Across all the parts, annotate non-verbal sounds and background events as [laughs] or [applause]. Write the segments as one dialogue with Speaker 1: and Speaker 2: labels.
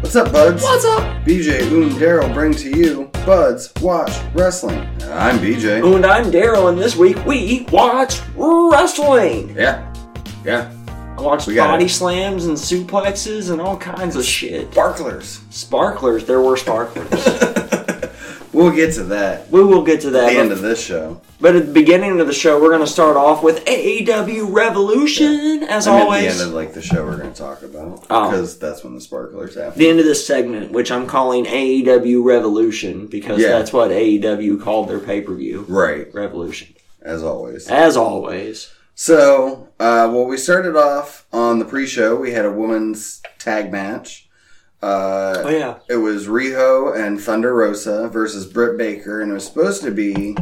Speaker 1: What's up, buds?
Speaker 2: What's up?
Speaker 1: BJ, Oon, Daryl bring to you Buds Watch Wrestling. I'm BJ.
Speaker 2: And I'm Daryl, and this week we watched wrestling.
Speaker 1: Yeah. Yeah.
Speaker 2: I watched
Speaker 1: We got
Speaker 2: body
Speaker 1: it.
Speaker 2: slams and suplexes and all kinds of shit.
Speaker 1: Sparklers.
Speaker 2: Sparklers, there were sparklers.
Speaker 1: We'll get to that
Speaker 2: we will get to
Speaker 1: at
Speaker 2: that.
Speaker 1: the end
Speaker 2: but-
Speaker 1: of this show.
Speaker 2: but at the beginning of the show, we're going to start off with AEW Revolution, as
Speaker 1: I meant
Speaker 2: always.
Speaker 1: the end of like the show we're going to talk about
Speaker 2: Oh.
Speaker 1: because that's when the sparklers happen.
Speaker 2: the end of this segment, which I'm calling AEW Revolution because
Speaker 1: Yeah.
Speaker 2: that's what AEW called their pay per view
Speaker 1: [laughs] Right,
Speaker 2: Revolution.
Speaker 1: as always.
Speaker 2: As always,
Speaker 1: So, uh, well, we started off on the pre-show. We had a women's tag match. Uh,
Speaker 2: oh yeah,
Speaker 1: It was Riho and Thunder Rosa versus Britt Baker, and it was supposed to be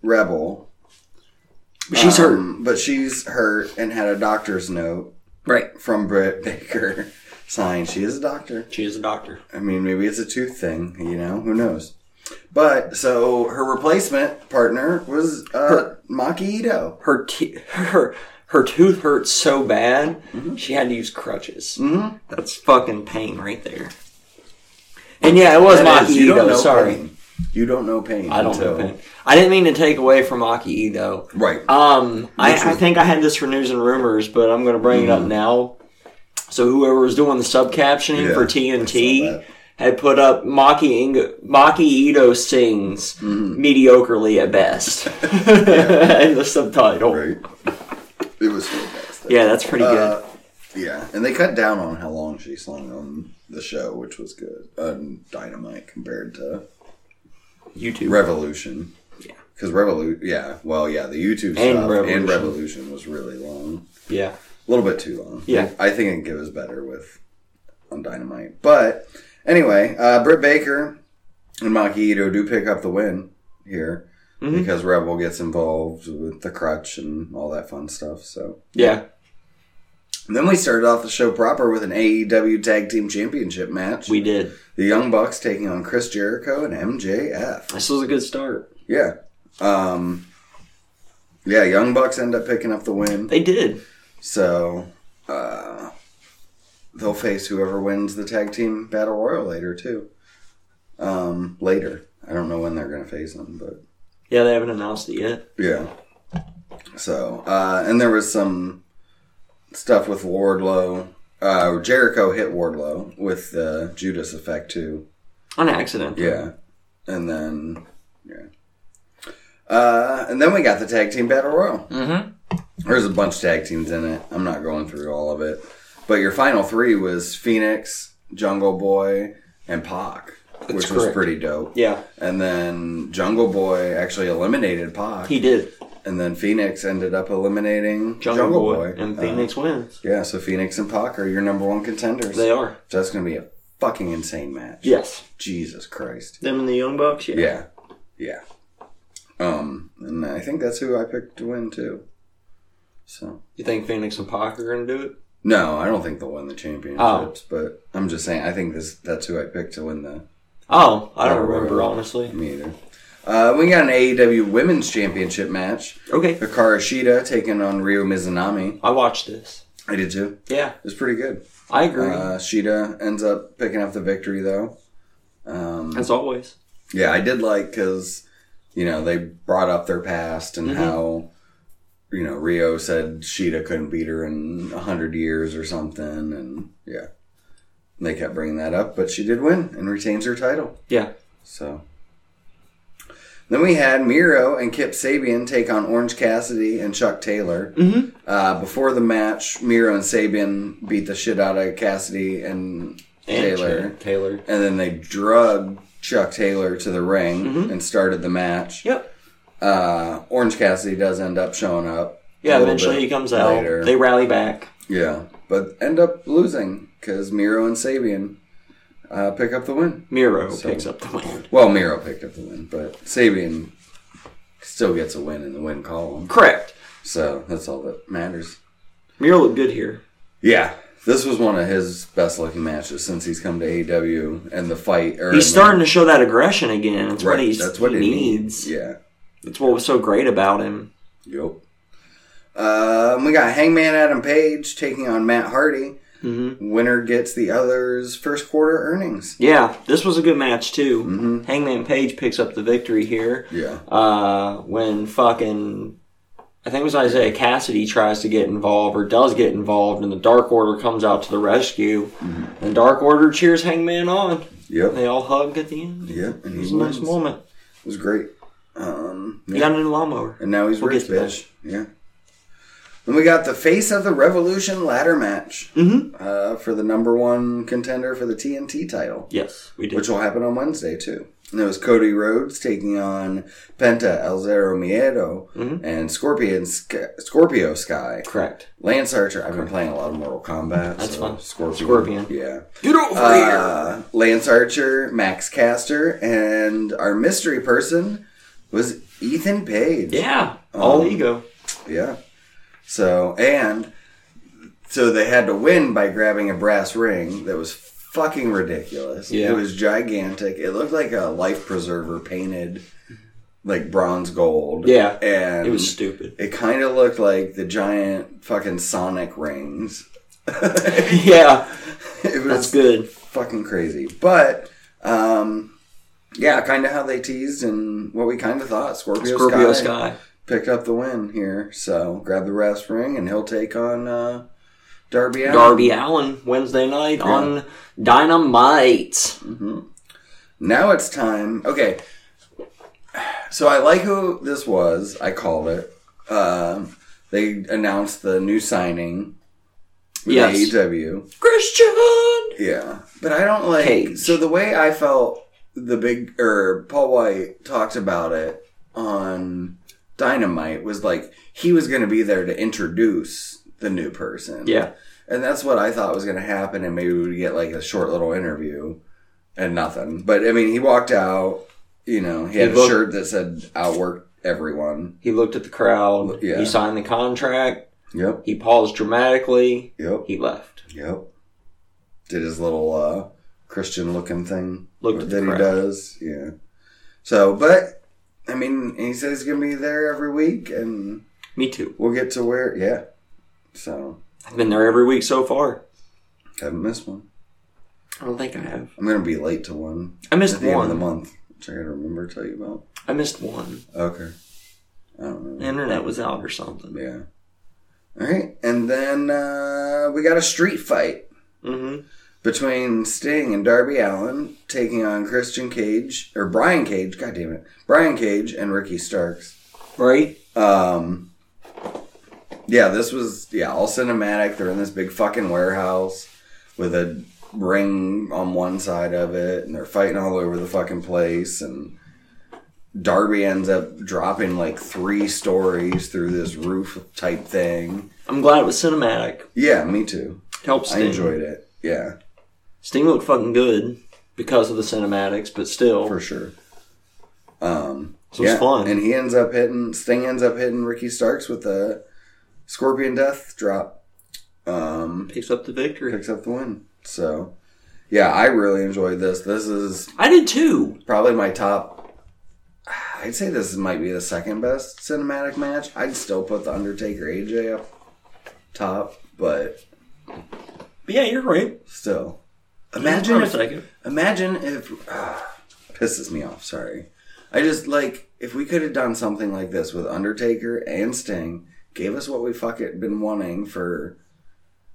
Speaker 1: Rebel.
Speaker 2: she's hurt.
Speaker 1: Um, but she's hurt and had a doctor's note
Speaker 2: Right,
Speaker 1: from Britt [laughs] Baker saying she is a doctor.
Speaker 2: she is a doctor.
Speaker 1: I mean, maybe it's a tooth thing, you know, who knows. But so her replacement partner was uh, Maki Ito.
Speaker 2: her te- her her tooth hurt so bad
Speaker 1: Mm-hmm.
Speaker 2: she had to use crutches. Mm-hmm. That's fucking pain right there. And yeah, it was
Speaker 1: That
Speaker 2: Maki
Speaker 1: is, you don't
Speaker 2: Ito.
Speaker 1: know
Speaker 2: Sorry,
Speaker 1: pain. You don't know pain.
Speaker 2: I don't know
Speaker 1: until-
Speaker 2: pain. I didn't mean to take away from Maki Ito.
Speaker 1: Right.
Speaker 2: Um,
Speaker 1: Listen.
Speaker 2: I, I think I had this for news and rumors, but I'm going to bring
Speaker 1: Mm-hmm.
Speaker 2: it up now. So whoever was doing the sub captioning
Speaker 1: Yeah,
Speaker 2: for
Speaker 1: I saw
Speaker 2: TNT
Speaker 1: that.
Speaker 2: had put up Maki Ingo, Maki Ito sings
Speaker 1: Mm-hmm.
Speaker 2: mediocrely
Speaker 1: [laughs]
Speaker 2: at best, [laughs] and the subtitle.
Speaker 1: Right. It was fantastic.
Speaker 2: Yeah, that's pretty
Speaker 1: Uh,
Speaker 2: good.
Speaker 1: yeah, and they cut down on how long she slung on the show, which was good. Um, Dynamite compared to
Speaker 2: YouTube.
Speaker 1: Revolution. Yeah. Because Revolution, yeah, well, yeah, the YouTube
Speaker 2: And
Speaker 1: stuff
Speaker 2: Revolution.
Speaker 1: and Revolution was really long.
Speaker 2: Yeah.
Speaker 1: A little bit too long.
Speaker 2: Yeah.
Speaker 1: I think it was better with on Dynamite. But anyway, uh, Britt Baker and Maki Ito do pick up the win here
Speaker 2: Mm-hmm.
Speaker 1: because Rebel gets involved with the crutch and all that fun stuff. So
Speaker 2: Yeah.
Speaker 1: And then we started off the show proper with an AEW Tag Team Championship match.
Speaker 2: We did.
Speaker 1: the Young Bucks taking on Chris Jericho and MJF.
Speaker 2: This was a good start.
Speaker 1: Yeah. Um, yeah, Young Bucks end up picking up the win.
Speaker 2: They did.
Speaker 1: So uh, they'll face whoever wins the Tag Team Battle Royal later, too. Um, later. I don't know when they're going to face them, but
Speaker 2: Yeah, they haven't announced it yet.
Speaker 1: Yeah. So, uh, and there was some stuff with Wardlow. Uh, Jericho hit Wardlow with the Judas effect too.
Speaker 2: On accident.
Speaker 1: Yeah. And then, yeah. Uh, and then we got the tag team battle royal.
Speaker 2: Mm-hmm.
Speaker 1: There's a bunch of tag teams in it. I'm not going through all of it, but your final three was Phoenix, Jungle Boy, and Pac, which was
Speaker 2: correct.
Speaker 1: pretty dope.
Speaker 2: Yeah.
Speaker 1: And then Jungle Boy actually eliminated Pac.
Speaker 2: He did.
Speaker 1: And then Phoenix ended up eliminating
Speaker 2: Jungle, Boy. And
Speaker 1: Uh,
Speaker 2: Phoenix wins.
Speaker 1: yeah, so Phoenix and Pac are your number one contenders.
Speaker 2: They are.
Speaker 1: That's going to be a fucking insane match.
Speaker 2: Yes.
Speaker 1: Jesus Christ.
Speaker 2: Them and the Young Bucks. Yeah.
Speaker 1: Yeah. Yeah. Um, and I think that's who I picked to win too. So
Speaker 2: You think Phoenix and Pac are going to do it?
Speaker 1: no, I don't think they'll win the championships, but I'm just saying I think this that's who I picked to win the
Speaker 2: Oh, I
Speaker 1: Oh,
Speaker 2: don't remember,
Speaker 1: really?
Speaker 2: honestly.
Speaker 1: me either. Uh, we got an AEW Women's Championship match.
Speaker 2: Okay.
Speaker 1: Hikaru Shida taking on Ryu Mizunami.
Speaker 2: I watched this.
Speaker 1: I did too.
Speaker 2: Yeah.
Speaker 1: It was pretty good.
Speaker 2: I agree.
Speaker 1: Uh, Sheeta ends up picking up the victory, though. Um,
Speaker 2: As always.
Speaker 1: yeah, I did like because you know they brought up their past and how you know Rio said Sheeta couldn't beat her in a hundred years or something, and yeah, And they kept bringing that up, but she did win and retains her title.
Speaker 2: Yeah.
Speaker 1: So then we had Miro and Kip Sabian take on Orange Cassidy and Chuck Taylor. Mm-hmm. Uh, before the match, Miro and Sabian beat the shit out of Cassidy and,
Speaker 2: And
Speaker 1: Taylor,
Speaker 2: Taylor. Taylor.
Speaker 1: and then they drug Chuck Taylor to the ring and started the match.
Speaker 2: Mm-hmm. Yep.
Speaker 1: Uh, Orange Cassidy does end up showing up. a
Speaker 2: Yeah,
Speaker 1: little
Speaker 2: eventually
Speaker 1: bit
Speaker 2: he comes out. They rally back.
Speaker 1: yeah, but end up losing because Miro and Sabian uh, pick up the win.
Speaker 2: Miro
Speaker 1: So-
Speaker 2: picks up the win.
Speaker 1: Well, Miro picked up the win, but Sabian still gets a win in the win column.
Speaker 2: Correct.
Speaker 1: So that's all that matters.
Speaker 2: Miro looked good here.
Speaker 1: Yeah. This was one of his best looking matches since he's come to AEW and the fight. Or
Speaker 2: He's starting to show that aggression again. It's what he's,
Speaker 1: That's what
Speaker 2: he
Speaker 1: it
Speaker 2: needs.
Speaker 1: Yeah.
Speaker 2: It's what was so great about him.
Speaker 1: Yep. Um, we got Hangman Adam Page taking on Matt Hardy.
Speaker 2: Mhm.
Speaker 1: Winner gets the other's first quarter earnings.
Speaker 2: Yeah, this was a good match too.
Speaker 1: Mm-hmm.
Speaker 2: Hangman Page picks up the victory here.
Speaker 1: Yeah.
Speaker 2: Uh, when fucking, I think it was Isaiah Cassidy tries to get involved or does get involved, and the Dark Order comes out to the rescue,
Speaker 1: Mm-hmm.
Speaker 2: and Dark Order cheers Hangman on.
Speaker 1: Yep.
Speaker 2: They all hug at the end.
Speaker 1: Yep. And
Speaker 2: It
Speaker 1: he's
Speaker 2: was a nice
Speaker 1: nice. It
Speaker 2: moment.
Speaker 1: was great. Um,
Speaker 2: He got a new lawnmower.
Speaker 1: And now he's
Speaker 2: We'll
Speaker 1: rich,
Speaker 2: get to
Speaker 1: bitch. Yeah. Then we got the face of the Revolution ladder match
Speaker 2: Mhm.
Speaker 1: uh, for the number one contender for the TNT title,
Speaker 2: Yes, we did.
Speaker 1: which will happen on Wednesday too. And it was Cody Rhodes taking on Penta El Zero Miedo
Speaker 2: Mm-hmm.
Speaker 1: and Scorpion Sk- Scorpio Sky.
Speaker 2: Correct.
Speaker 1: Lance Archer. I've been playing a lot of Mortal Kombat.
Speaker 2: That's
Speaker 1: so
Speaker 2: fun.
Speaker 1: Scorpion.
Speaker 2: Scorpion.
Speaker 1: Yeah.
Speaker 2: Get over
Speaker 1: Uh, Lance Archer, Max Caster, and our mystery person was Ethan Page.
Speaker 2: Yeah, all
Speaker 1: Um,
Speaker 2: ego.
Speaker 1: Yeah. So and so they had to win by grabbing a brass ring that was fucking ridiculous.
Speaker 2: Yeah.
Speaker 1: It was gigantic. It looked like a life preserver painted like bronze gold.
Speaker 2: Yeah.
Speaker 1: And
Speaker 2: It was
Speaker 1: [laughs]
Speaker 2: stupid.
Speaker 1: it kind of looked like the giant fucking Sonic rings. [laughs]
Speaker 2: yeah,
Speaker 1: It was
Speaker 2: that's good.
Speaker 1: fucking crazy. But um yeah, kind of how they teased and what we kind of thought. Scorpio,
Speaker 2: Scorpio
Speaker 1: Sky.
Speaker 2: Sky.
Speaker 1: picked up the win here. So grab the rest ring, and he'll take on uh, Darby Allin.
Speaker 2: Darby Allen Wednesday night on Dynamite.
Speaker 1: Now it's time. Okay. So I like who this was. I called it. Um, they announced the new signing. with
Speaker 2: Yes.
Speaker 1: AEW.
Speaker 2: Christian.
Speaker 1: Yeah. But I don't like.
Speaker 2: Cage.
Speaker 1: So the way I felt the big. Or Paul White talked about it on Dynamite was like he was going to be there to introduce the new person.
Speaker 2: Yeah,
Speaker 1: And that's what I thought was going to happen, and maybe we'd get like a short little interview and nothing. But I mean, he walked out, you know, he had
Speaker 2: He
Speaker 1: a
Speaker 2: looked-
Speaker 1: shirt that said, Outwork Everyone.
Speaker 2: he looked at the crowd.
Speaker 1: Yeah.
Speaker 2: He signed the contract.
Speaker 1: Yep,
Speaker 2: He paused dramatically.
Speaker 1: yep,
Speaker 2: He left.
Speaker 1: yep. Did his little uh, Christian looking thing
Speaker 2: Looked at the
Speaker 1: that he
Speaker 2: crowd.
Speaker 1: does. Yeah. So, but I mean, he says he's going to be there every week, and
Speaker 2: Me too.
Speaker 1: we'll get to where, yeah. So,
Speaker 2: I've been there every week so far.
Speaker 1: haven't missed one.
Speaker 2: I don't think I have.
Speaker 1: I'm going to be late to one
Speaker 2: I
Speaker 1: at
Speaker 2: missed
Speaker 1: the end of the
Speaker 2: one.
Speaker 1: month, which I got to remember to tell you about.
Speaker 2: I missed one.
Speaker 1: Okay. I don't
Speaker 2: The
Speaker 1: know.
Speaker 2: internet was out or something.
Speaker 1: Yeah. All right. And then uh, we got a street fight
Speaker 2: Mm-hmm.
Speaker 1: between Sting and Darby Allen taking on Christian Cage, or Brian Cage, god damn it. Brian Cage and Ricky Starks.
Speaker 2: Right?
Speaker 1: Um, yeah, this was, yeah, all cinematic. They're in this big fucking warehouse with a ring on one side of it, and they're fighting all over the fucking place, and. Darby ends up dropping like three stories through this roof type thing.
Speaker 2: I'm glad it was cinematic.
Speaker 1: Yeah, me too.
Speaker 2: Helped Sting.
Speaker 1: I enjoyed it. Yeah,
Speaker 2: Sting looked fucking good because of the cinematics, but still.
Speaker 1: for sure. Um,
Speaker 2: So it's
Speaker 1: yeah,
Speaker 2: fun.
Speaker 1: And he ends up hitting Sting ends up hitting Ricky Starks with a Scorpion Death drop. Um,
Speaker 2: picks up the victory.
Speaker 1: picks up the win. So, yeah, I really enjoyed this. This is
Speaker 2: I did too.
Speaker 1: probably my top. I'd say this might be the second best cinematic match. I'd still put the Undertaker AJ up top, but
Speaker 2: But yeah, you're right.
Speaker 1: still.
Speaker 2: For
Speaker 1: Imagine
Speaker 2: a
Speaker 1: if
Speaker 2: second.
Speaker 1: Imagine if ah, pisses me off. Sorry, I just like if we could have done something like this with Undertaker and Sting, gave us what we fuck it been wanting for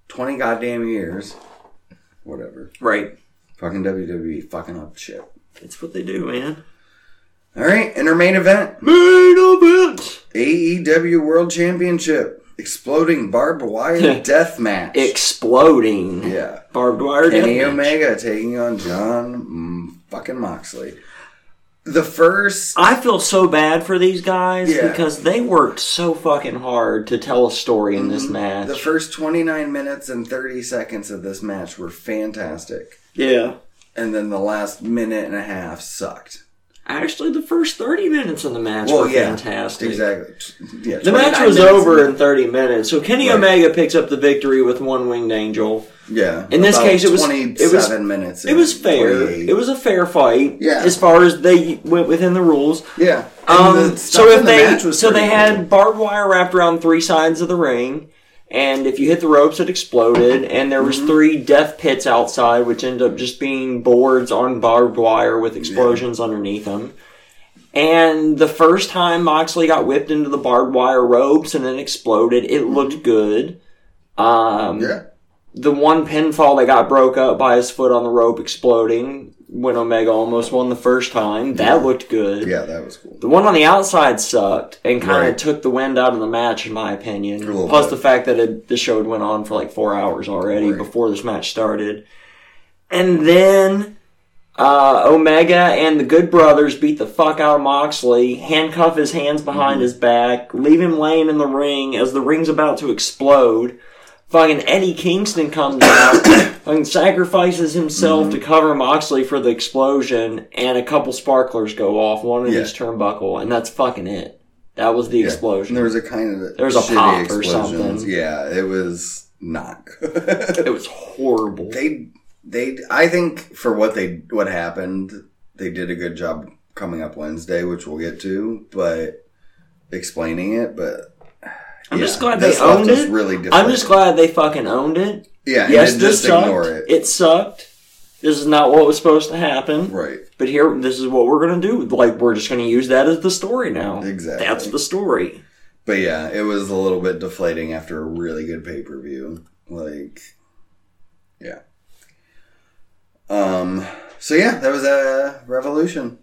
Speaker 1: twenty goddamn years. Whatever,
Speaker 2: Right.
Speaker 1: fucking WWE, fucking up shit.
Speaker 2: That's what they do, man.
Speaker 1: All right, and our main event:
Speaker 2: Main event.
Speaker 1: AEW World Championship, exploding barbed
Speaker 2: [laughs]
Speaker 1: wire death match.
Speaker 2: Exploding.
Speaker 1: yeah,
Speaker 2: Barbed wire
Speaker 1: Kenny
Speaker 2: death match.
Speaker 1: Omega taking on John mm, fucking Moxley. The first
Speaker 2: I feel so bad for these guys
Speaker 1: Yeah.
Speaker 2: because they worked so fucking hard to tell a story in this match.
Speaker 1: Mm-hmm. The first 29 minutes and 30 seconds of this match were fantastic.
Speaker 2: yeah.
Speaker 1: And then the last minute and a half sucked.
Speaker 2: Actually, the first 30 minutes of the match
Speaker 1: Well,
Speaker 2: were
Speaker 1: yeah.
Speaker 2: fantastic.
Speaker 1: Exactly. Yeah,
Speaker 2: The match
Speaker 1: 29
Speaker 2: was
Speaker 1: minutes.
Speaker 2: over in 30 minutes, so Kenny
Speaker 1: Right.
Speaker 2: Omega picks up the victory with one winged angel.
Speaker 1: Yeah.
Speaker 2: In this
Speaker 1: about
Speaker 2: case, it was- it was-
Speaker 1: 27 minutes.
Speaker 2: It was
Speaker 1: and
Speaker 2: fair.
Speaker 1: 28.
Speaker 2: It was a fair fight.
Speaker 1: Yeah.
Speaker 2: As far as they went within the rules.
Speaker 1: yeah. And
Speaker 2: Um,
Speaker 1: the
Speaker 2: so
Speaker 1: stuff in
Speaker 2: if
Speaker 1: the
Speaker 2: they
Speaker 1: match was
Speaker 2: so they
Speaker 1: pretty
Speaker 2: had barbed wire wrapped around three sides of the ring, and if you hit the ropes, it exploded, and there was
Speaker 1: Mm-hmm.
Speaker 2: three death pits outside, which end up just being boards on barbed wire with explosions underneath them. And the first time Moxley got whipped into the barbed wire ropes and it exploded, it
Speaker 1: Mm-hmm.
Speaker 2: looked good. Um,
Speaker 1: Yeah.
Speaker 2: The one pinfall that got broke up by his foot on the rope exploding when Omega almost won the first time, that looked good.
Speaker 1: Yeah, that was cool.
Speaker 2: The one on the outside sucked and kind of
Speaker 1: Right.
Speaker 2: took the wind out of the match, in my opinion.
Speaker 1: little
Speaker 2: Plus
Speaker 1: bit.
Speaker 2: the fact that it, the show had went on for like four hours already
Speaker 1: Right.
Speaker 2: before this match started, and then uh, Omega and the Good Brothers beat the fuck out of Moxley, handcuff his hands behind
Speaker 1: Mm-hmm.
Speaker 2: his back, leave him laying in the ring as the ring's about to explode. Fucking Eddie Kingston comes out, [coughs] fucking sacrifices himself
Speaker 1: Mm-hmm.
Speaker 2: to cover Moxley for the explosion, and a couple sparklers go off, one in
Speaker 1: Yeah.
Speaker 2: each turnbuckle, and that's fucking it. That was the
Speaker 1: Yeah.
Speaker 2: explosion.
Speaker 1: And there was a kind of
Speaker 2: There was a
Speaker 1: shitty
Speaker 2: pop or
Speaker 1: explosions.
Speaker 2: something.
Speaker 1: Yeah, it was not [laughs] good.
Speaker 2: it was horrible.
Speaker 1: they they I think for what they what happened, they did a good job coming up Wednesday, which we'll get to, but explaining it, but
Speaker 2: I'm
Speaker 1: yeah,
Speaker 2: just glad they
Speaker 1: this left
Speaker 2: owned
Speaker 1: us
Speaker 2: it.
Speaker 1: Really
Speaker 2: I'm just glad they fucking owned it.
Speaker 1: Yeah, and
Speaker 2: yes,
Speaker 1: didn't
Speaker 2: this
Speaker 1: just
Speaker 2: sucked.
Speaker 1: ignore
Speaker 2: It.
Speaker 1: it.
Speaker 2: sucked. This is not what was supposed to happen.
Speaker 1: Right.
Speaker 2: But here, this is what we're gonna do. Like, we're just gonna use that as the story now.
Speaker 1: Exactly.
Speaker 2: That's the story.
Speaker 1: But yeah, it was a little bit deflating after a really good pay per view. Like, yeah. Um. So yeah, that was a revolution.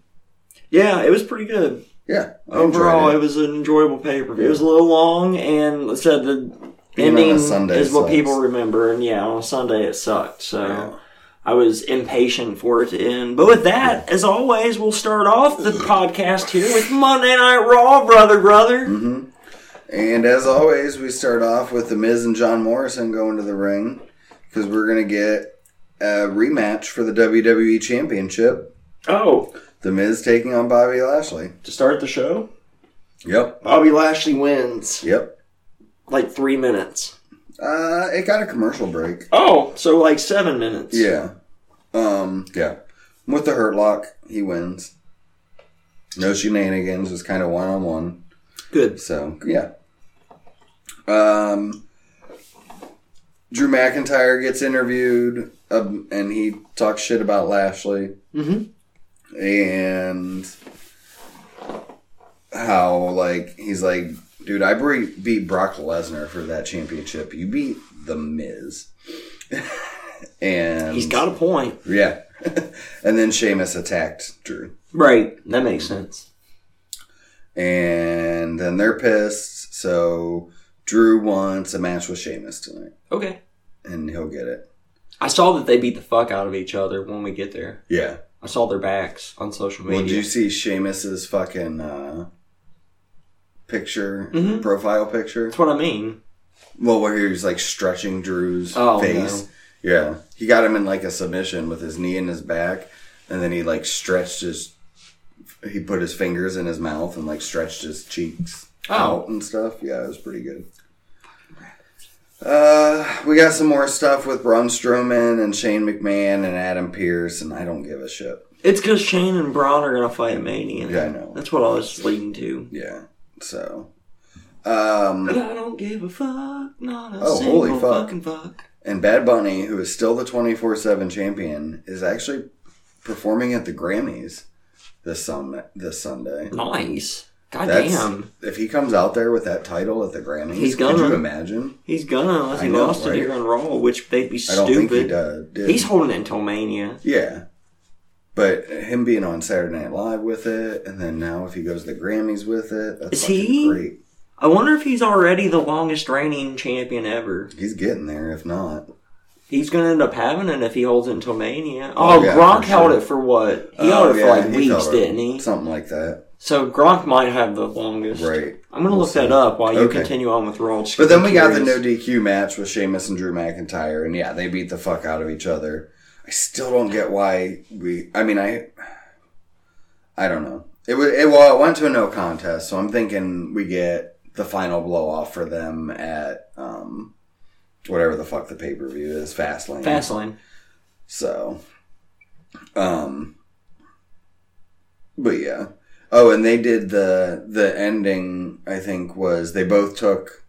Speaker 2: Yeah, it was pretty good.
Speaker 1: Yeah. I
Speaker 2: Overall,
Speaker 1: enjoyed
Speaker 2: it. was an enjoyable pay per view. It was a little long, and like I said the
Speaker 1: Being on a
Speaker 2: ending
Speaker 1: Sunday
Speaker 2: is what
Speaker 1: sucks.
Speaker 2: people remember. And yeah, on a Sunday it sucked. So. I was impatient for it to end. But with that, as always, we'll start off the podcast here with Monday Night Raw, brother, brother.
Speaker 1: Mm-hmm. And as always, we start off with The Miz and John Morrison going to the ring because we're going to get a rematch for the WWE Championship.
Speaker 2: Oh,
Speaker 1: The Miz taking on Bobby Lashley.
Speaker 2: to start the show,
Speaker 1: Yep.
Speaker 2: Bobby Lashley wins
Speaker 1: Yep.
Speaker 2: like three minutes.
Speaker 1: Uh, it got a commercial break.
Speaker 2: Oh, so like seven minutes.
Speaker 1: Yeah. Um, yeah. With the Hurt Lock, he wins. No shenanigans, just kind of one on one.
Speaker 2: Good.
Speaker 1: So yeah. Um, Drew McIntyre gets interviewed, um, and he talks shit about Lashley
Speaker 2: Mhm.
Speaker 1: and how like he's like, dude, I bre- beat Brock Lesnar for that championship. You beat the Miz, [laughs] and
Speaker 2: He's got a point.
Speaker 1: yeah. [laughs] and then Sheamus attacked Drew.
Speaker 2: Right. That makes sense.
Speaker 1: and then they're pissed. So Drew wants a match with Sheamus tonight,
Speaker 2: Okay.
Speaker 1: and he'll get it.
Speaker 2: I saw that they beat the fuck out of each other when we get there.
Speaker 1: Yeah.
Speaker 2: I saw their backs on social
Speaker 1: Well, did
Speaker 2: media.
Speaker 1: you see Sheamus's fucking uh, picture,
Speaker 2: Mhm.
Speaker 1: profile picture?
Speaker 2: That's what I mean.
Speaker 1: Well, where he was like stretching Drew's
Speaker 2: Oh,
Speaker 1: face. Yeah, he got him in like a submission with his knee in his back, and then he like stretched his. He put his fingers in his mouth and like stretched his cheeks
Speaker 2: Oh.
Speaker 1: out and stuff. Yeah, it was pretty good. Uh, we got some more stuff with Braun Strowman and Shane McMahon and Adam Pierce, and I don't give a shit.
Speaker 2: It's because Shane and Braun are gonna fight at Mania.
Speaker 1: Yeah, I know.
Speaker 2: That's what I was leading to.
Speaker 1: Yeah, so. Um,
Speaker 2: I don't give a fuck. Not a
Speaker 1: Oh,
Speaker 2: single
Speaker 1: holy fuck.
Speaker 2: fucking fuck.
Speaker 1: And Bad Bunny, who is still the 24 7 champion, is actually performing at the Grammys this, sun- this Sunday.
Speaker 2: Nice. God
Speaker 1: That's-
Speaker 2: damn.
Speaker 1: If he comes out there with that title at the Grammys,
Speaker 2: He's
Speaker 1: could
Speaker 2: gonna.
Speaker 1: you imagine?
Speaker 2: He's gonna unless he
Speaker 1: I know,
Speaker 2: lost
Speaker 1: right?
Speaker 2: it here on Raw, which they'd be
Speaker 1: I don't think he
Speaker 2: stupid.
Speaker 1: does. did.
Speaker 2: He's holding it until Mania.
Speaker 1: yeah. But him being on Saturday Night Live with it, and then now if he goes to the Grammys with it, that's
Speaker 2: Is
Speaker 1: fucking
Speaker 2: he?
Speaker 1: great.
Speaker 2: I wonder if he's already the longest reigning champion ever.
Speaker 1: He's getting there, if not.
Speaker 2: He's gonna end up having it if he holds it until Mania. Oh,
Speaker 1: yeah,
Speaker 2: Gronk
Speaker 1: for
Speaker 2: held
Speaker 1: sure.
Speaker 2: it for what? He
Speaker 1: Oh,
Speaker 2: held it for
Speaker 1: yeah,
Speaker 2: like
Speaker 1: he
Speaker 2: weeks,
Speaker 1: covered
Speaker 2: didn't he?
Speaker 1: Something like that.
Speaker 2: So Gronk might have the longest.
Speaker 1: Right.
Speaker 2: I'm gonna
Speaker 1: We'll
Speaker 2: look that
Speaker 1: see.
Speaker 2: up while you
Speaker 1: Okay.
Speaker 2: continue on with Raw.
Speaker 1: But then we got the no DQ match with Sheamus and Drew McIntyre, and yeah, they beat the fuck out of each other. I still don't get why we. I mean, I, I don't know. It was it, well, it went to a no contest, so I'm thinking we get the final blow off for them at um, whatever the fuck the pay per view is, Fastlane.
Speaker 2: Fastlane.
Speaker 1: So, um, but yeah. Oh, and they did the the ending. I think was they both took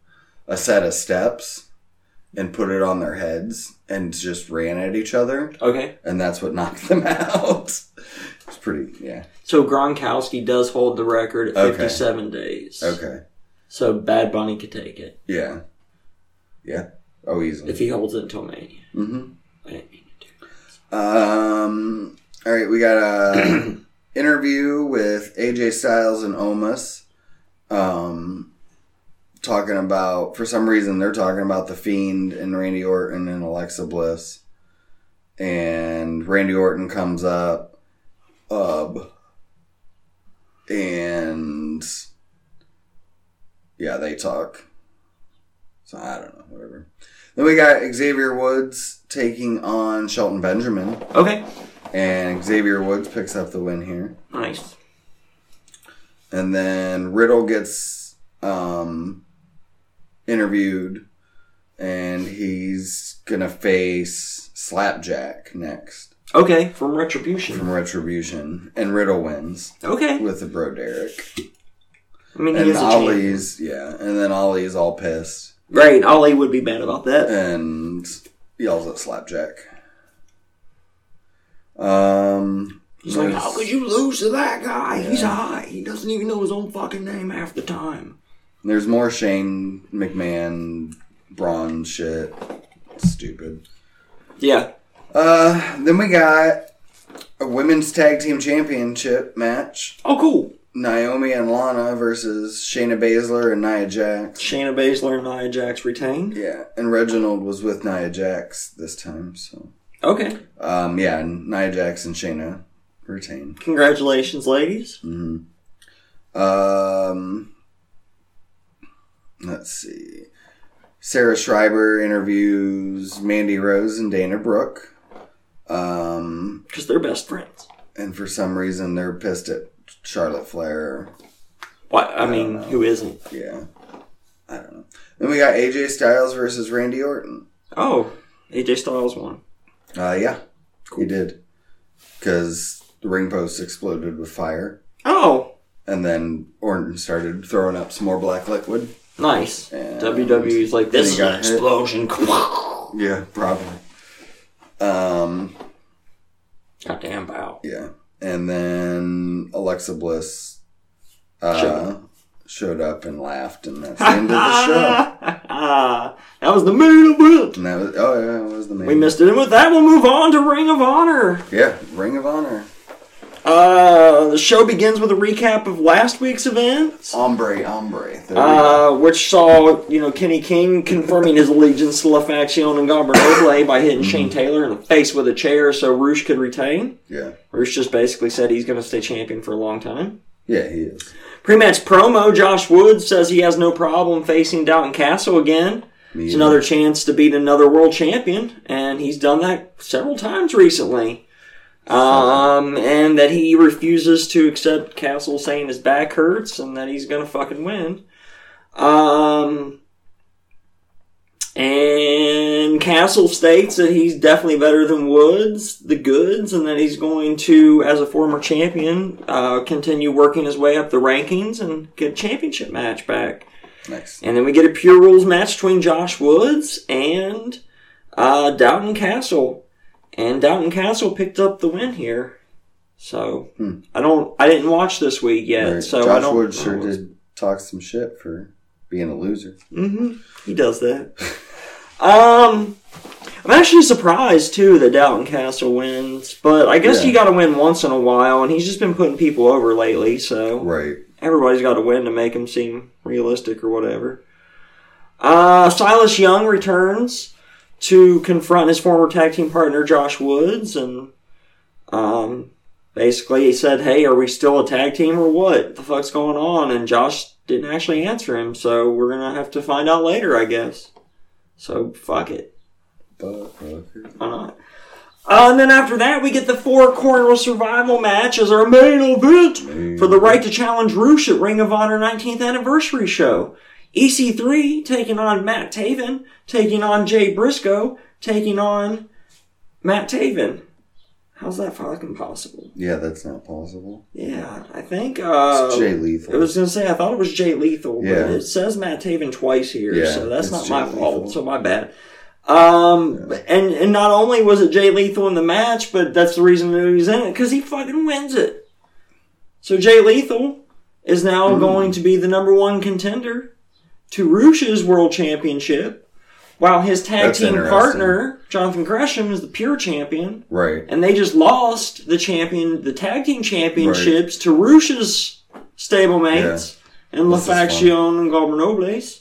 Speaker 1: a set of steps and put it on their heads and just ran at each other,
Speaker 2: Okay.
Speaker 1: and that's what [laughs] knocked them out. It's pretty, yeah.
Speaker 2: So Gronkowski does hold the record at
Speaker 1: Okay.
Speaker 2: 57 days.
Speaker 1: Okay,
Speaker 2: So Bad Bunny could take it
Speaker 1: yeah, yeah. Oh, easily.
Speaker 2: if he holds it until Mania.
Speaker 1: hmm
Speaker 2: I didn't mean to do that.
Speaker 1: Um. All right, we got a interview with AJ Styles and Omus. Um, talking about for some reason they're talking about the Fiend and Randy Orton and Alexa Bliss, and Randy Orton comes up, uh, and yeah, they talk. So I don't know, whatever. Then we got Xavier Woods taking on Shelton Benjamin,
Speaker 2: Okay.
Speaker 1: and Xavier Woods picks up the win here.
Speaker 2: Nice.
Speaker 1: And then Riddle gets um, interviewed, and he's gonna face Slapjack next
Speaker 2: Okay. From Retribution.
Speaker 1: from Retribution, and Riddle wins
Speaker 2: Okay.
Speaker 1: with the Bro Derek
Speaker 2: I mean, he
Speaker 1: and
Speaker 2: is a champion.
Speaker 1: Ollie's yeah, and then Ollie's all pissed
Speaker 2: Great. Ollie would be mad about that.
Speaker 1: and yells at Slapjack. Um,
Speaker 2: He's like,
Speaker 1: there's-
Speaker 2: how could you lose to that guy? He's high. He doesn't even know his own fucking name half the time.
Speaker 1: There's more Shane McMahon Braun shit. Stupid.
Speaker 2: Yeah.
Speaker 1: Uh, then we got a women's tag team championship match.
Speaker 2: Oh, cool.
Speaker 1: Naomi and Lana versus Shayna Baszler and Nia Jax.
Speaker 2: Shayna Baszler and Nia Jax retained.
Speaker 1: Yeah, and Reginald was with Nia Jax this time, so
Speaker 2: Okay.
Speaker 1: um, yeah, and Nia Jax and Shayna retain.
Speaker 2: Congratulations, ladies.
Speaker 1: Mm-hmm. Um, let's see. Sarah Schreiber interviews Mandy Rose and Dana Brooke. Um,
Speaker 2: Because they're best friends.
Speaker 1: and for some reason, they're pissed at Charlotte Flair.
Speaker 2: Why? I mean, who isn't?
Speaker 1: Yeah. I don't know. Then we got AJ Styles versus Randy Orton.
Speaker 2: Oh, AJ Styles won.
Speaker 1: Uh, yeah. He did. Because the ring post exploded with fire.
Speaker 2: Oh,
Speaker 1: And then Orton started throwing up some more black liquid.
Speaker 2: nice.
Speaker 1: And-
Speaker 2: WWE's like,
Speaker 1: Then
Speaker 2: this
Speaker 1: he
Speaker 2: is an
Speaker 1: got hit.
Speaker 2: explosion. [laughs]
Speaker 1: Yeah, probably. Um,
Speaker 2: Goddamn bow.
Speaker 1: Yeah. And then Alexa Bliss uh,
Speaker 2: Showed
Speaker 1: showed, up. and laughed, and that's the end of the show.
Speaker 2: [laughs] Ah, that was the main event.
Speaker 1: And that was, oh, yeah, it was the main.
Speaker 2: We missed it. And with that, we'll move on to Ring of Honor.
Speaker 1: Yeah, Ring of Honor.
Speaker 2: Uh, the show begins with a recap of last week's events.
Speaker 1: Ombre, ombre. There we go.
Speaker 2: Uh, which saw, you know, Kenny King confirming his allegiance to La Faction and Gobbler Noble by hitting Shane Taylor in the face with a chair so Roosh could retain.
Speaker 1: Yeah.
Speaker 2: Roosh just basically said he's going to stay champion for a long time.
Speaker 1: Yeah, he is.
Speaker 2: Pre-match promo, Josh Woods says he has no problem facing Dalton Castle again.
Speaker 1: Me
Speaker 2: It's
Speaker 1: either.
Speaker 2: another chance to beat another world champion, and he's done that several times recently. Um, and that he refuses to accept Castle saying his back hurts and that he's gonna fucking win. Um, and Castle states that he's definitely better than Woods, the goods, and that he's going to, as a former champion, uh, continue working his way up the rankings and get a championship match back.
Speaker 1: Nice.
Speaker 2: And then we get a pure rules match between Josh Woods and uh, Downton Castle, and Downton Castle picked up the win here. So I don't, I didn't watch this week yet,
Speaker 1: Hmm. Right.
Speaker 2: so I
Speaker 1: Josh
Speaker 2: don't.
Speaker 1: Wood sure did talk some shit for being a loser.
Speaker 2: He does that. um, I'm actually surprised too that Downton Castle wins, but I guess
Speaker 1: Yeah.
Speaker 2: you got to win once in a while, and he's just been putting people over lately. So
Speaker 1: Right.
Speaker 2: everybody's got to win to make him seem realistic or whatever. Uh, Silas Young returns to confront his former tag team partner Josh Woods, and um, basically he said, "Hey, are we still a tag team or what? The fuck's going on?" And Josh didn't actually answer him, so we're gonna have to find out later, I guess. So fuck it.
Speaker 1: But, fucker.
Speaker 2: Why not? Uh, and then after that, we get the four corner survival match as our main event for the right to challenge Roosh at Ring of Honor 19th anniversary show. EC3 taking on Matt Taven, taking on Jay Briscoe, taking on Matt Taven. How's that fucking possible?
Speaker 1: yeah, that's not possible.
Speaker 2: Yeah, I think uh,
Speaker 1: It's Jay
Speaker 2: I
Speaker 1: Lethal.
Speaker 2: was gonna say I thought it was Jay Lethal,
Speaker 1: Yeah.
Speaker 2: but it says Matt Taven twice here,
Speaker 1: Yeah,
Speaker 2: so that's
Speaker 1: it's
Speaker 2: not
Speaker 1: Jay
Speaker 2: my
Speaker 1: Lethal.
Speaker 2: fault. So my bad. Um, and, and not only was it Jay Lethal in the match, but that's the reason that he's in it because he fucking wins it. So Jay Lethal is now
Speaker 1: Mm-hmm.
Speaker 2: going to be the number one contender to Roosh's World Championship, while his tag
Speaker 1: That's
Speaker 2: team
Speaker 1: interesting.
Speaker 2: partner Jonathan Gresham is the pure champion,
Speaker 1: Right.
Speaker 2: and they just lost the champion, the tag team championships to Roosh's stablemates and La
Speaker 1: This is fun.
Speaker 2: Faction and Gobernobles.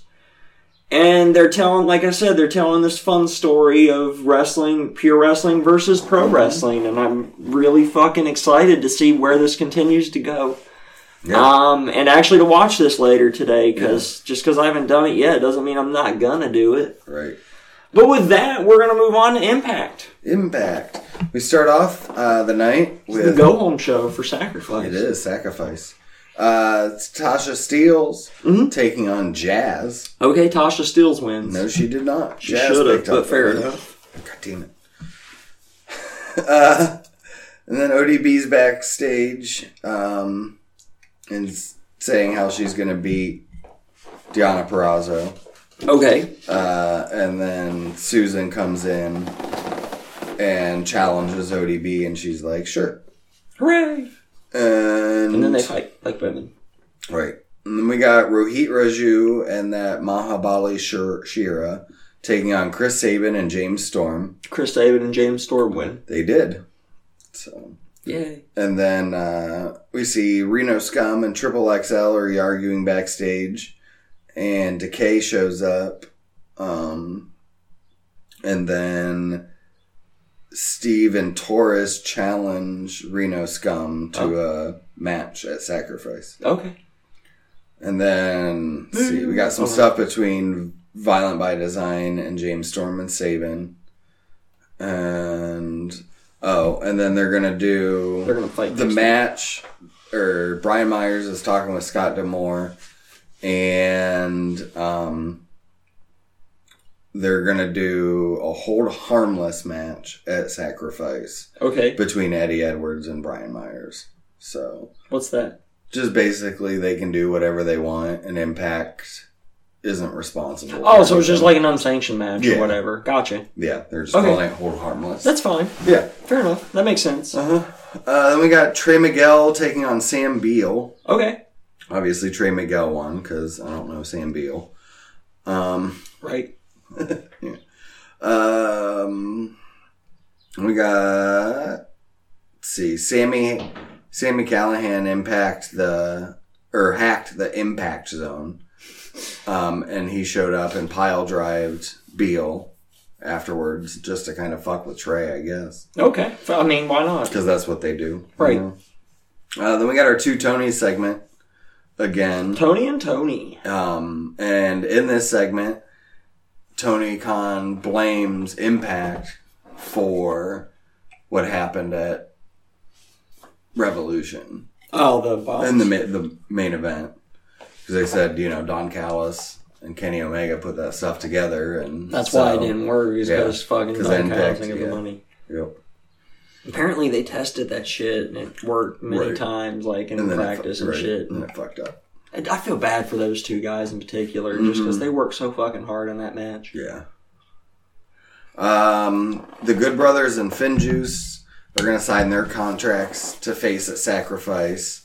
Speaker 2: And they're telling, like I said, they're telling this fun story of wrestling, pure wrestling versus pro
Speaker 1: Mm-hmm.
Speaker 2: wrestling, and I'm really fucking excited to see where this continues to go.
Speaker 1: Yeah.
Speaker 2: Um, and actually to watch this later today, because just because I haven't done it yet doesn't mean I'm not gonna do it.
Speaker 1: Right.
Speaker 2: But with that, we're gonna move on to Impact,
Speaker 1: Impact. We start off uh, the night
Speaker 2: the
Speaker 1: with
Speaker 2: go home show for Sacrifice.
Speaker 1: It is sacrifice. Uh, it's Tasha Steeles
Speaker 2: Mm-hmm.
Speaker 1: taking on Jazz.
Speaker 2: Okay, Tasha Steeles wins.
Speaker 1: No, she did not.
Speaker 2: she
Speaker 1: Jazz
Speaker 2: should have,
Speaker 1: picked up
Speaker 2: but
Speaker 1: the
Speaker 2: fair
Speaker 1: win.
Speaker 2: enough.
Speaker 1: God damn it. [laughs] uh, and then ODB's backstage um, and s- saying how she's going to beat Diana Perrazzo.
Speaker 2: Okay,
Speaker 1: Uh, and then Susan comes in and challenges ODB, and she's like, sure.
Speaker 2: hooray!
Speaker 1: And,
Speaker 2: And then they fight like women.
Speaker 1: Right. And then we got Rohit Raju and that Mahabali Shir- Shira taking on Chris Sabin and James Storm.
Speaker 2: Chris David and James Storm win.
Speaker 1: They did. So,
Speaker 2: Yay!
Speaker 1: and then uh, we see Reno Scum and Triple XL are arguing backstage, and Decay shows up, um, and then Steve and Taurus challenge Reno Scum to
Speaker 2: Oh.
Speaker 1: a match at Sacrifice.
Speaker 2: Okay.
Speaker 1: And then let's see, we got some stuff between Violent by Design and James Storm and Saban. And oh, and then they're gonna do
Speaker 2: They're gonna fight
Speaker 1: the
Speaker 2: next
Speaker 1: match or Brian Myers is talking with Scott Demore and um they're gonna do a hold harmless match at Sacrifice
Speaker 2: Okay.
Speaker 1: between Eddie Edwards and Brian Myers. So
Speaker 2: What's that?
Speaker 1: just basically they can do whatever they want and impact isn't responsible
Speaker 2: Oh, so it's just like an unsanctioned match
Speaker 1: Yeah.
Speaker 2: or whatever. Gotcha.
Speaker 1: yeah they're just
Speaker 2: Okay.
Speaker 1: calling it hold harmless
Speaker 2: That's fine.
Speaker 1: yeah
Speaker 2: Fair enough. That makes sense.
Speaker 1: uh, then we got trey miguel taking on sam beal
Speaker 2: Okay.
Speaker 1: obviously trey miguel won because i don't know sam beal um,
Speaker 2: Right.
Speaker 1: um we got let's see sammy sammy callahan impact the or hacked the impact zone um, and he showed up and pile drived Beal afterwards just to kind of fuck with Trey, I guess,
Speaker 2: Okay. F- I mean, why not?
Speaker 1: because that's what they do, you
Speaker 2: Right.
Speaker 1: know? Uh, then we got our two Tonys segment again,
Speaker 2: Tony and Tony.
Speaker 1: um, and in this segment, Tony Khan blames Impact for what happened at Revolution
Speaker 2: Oh, the boss.
Speaker 1: in the ma- the main event because they said you know Don Callis and Kenny Omega put that stuff together and
Speaker 2: That's
Speaker 1: so-
Speaker 2: why I didn't work. Is
Speaker 1: yeah.
Speaker 2: because fucking
Speaker 1: 'Cause
Speaker 2: Don
Speaker 1: Impact,
Speaker 2: Callis and get
Speaker 1: yeah.
Speaker 2: the money.
Speaker 1: Yep.
Speaker 2: Apparently, they tested that shit and it worked many
Speaker 1: Right.
Speaker 2: times, like in
Speaker 1: And then it fu-
Speaker 2: practice and
Speaker 1: right,
Speaker 2: shit.
Speaker 1: and it fucked up.
Speaker 2: I I feel bad for those two guys in particular, just because they worked so fucking hard on that match.
Speaker 1: Yeah. Um, the Good Brothers and Finjuice are gonna sign their contracts to face at Sacrifice.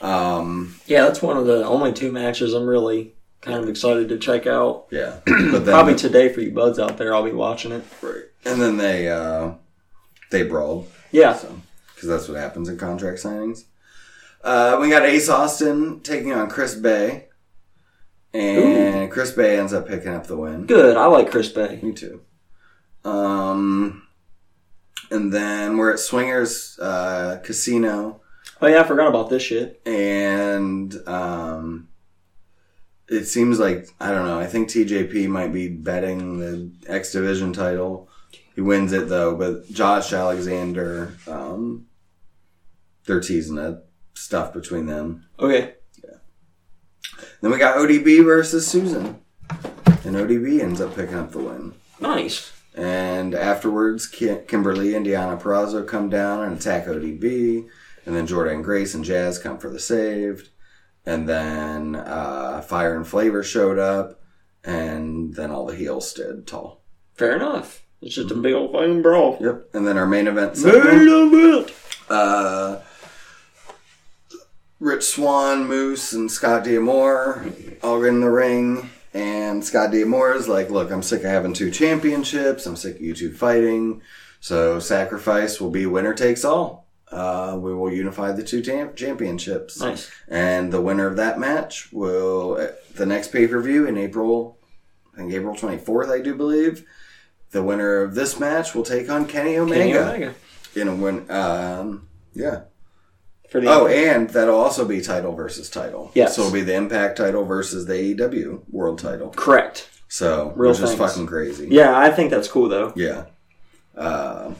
Speaker 1: Um,
Speaker 2: Yeah, that's one of the only two matches I'm really kind of excited to check out.
Speaker 1: yeah, [clears throat] but then
Speaker 2: Probably today for you buds out there, I'll be watching it.
Speaker 1: right. and then they uh, they brawled.
Speaker 2: Yeah.
Speaker 1: So, because that's what happens in contract signings. Uh, we got Ace Austin taking on Chris Bay, and Chris Bay ends up picking up the win.
Speaker 2: Good. I like Chris Bay.
Speaker 1: Me too. Um, and then we're at Swingers uh, Casino,
Speaker 2: Oh, yeah, I forgot about this shit.
Speaker 1: and um, it seems like I don't know. I think TJP might be betting the X Division title. He wins it though, but Josh Alexander, um, they're teasing it stuff between them.
Speaker 2: Okay.
Speaker 1: Then we got ODB versus Susan, and ODB ends up picking up the win.
Speaker 2: Nice.
Speaker 1: And afterwards, Ki- Kimberly and Deanna Perrazzo come down and attack ODB. And then Jordan Grace and Jazz come for the saved. And then uh, Fire and Flavor showed up. And then all the heels stood tall.
Speaker 2: Fair enough. It's just a big old fucking brawl.
Speaker 1: Yep. And then our main event segment,
Speaker 2: Main event.
Speaker 1: uh, Rich Swan, Moose, and Scott D'Amore all in the ring. And Scott D'Amore is like, look, I'm sick of having two championships. I'm sick of you two fighting. So sacrifice will be winner takes all. Uh, we will unify the two tam- championships.
Speaker 2: Nice.
Speaker 1: And the winner of that match will, at the next pay per view in April, I think April 24th, I do believe, the winner of this match will take on Kenny Omega.
Speaker 2: Kenny Omega.
Speaker 1: In a win, um, yeah.
Speaker 2: For the
Speaker 1: Oh, and that'll also be title versus title.
Speaker 2: Yes.
Speaker 1: So it'll be the Impact title versus the AEW World title.
Speaker 2: correct.
Speaker 1: So,
Speaker 2: Real
Speaker 1: which is
Speaker 2: things.
Speaker 1: fucking crazy.
Speaker 2: Yeah, I think that's cool though.
Speaker 1: Yeah. Uh,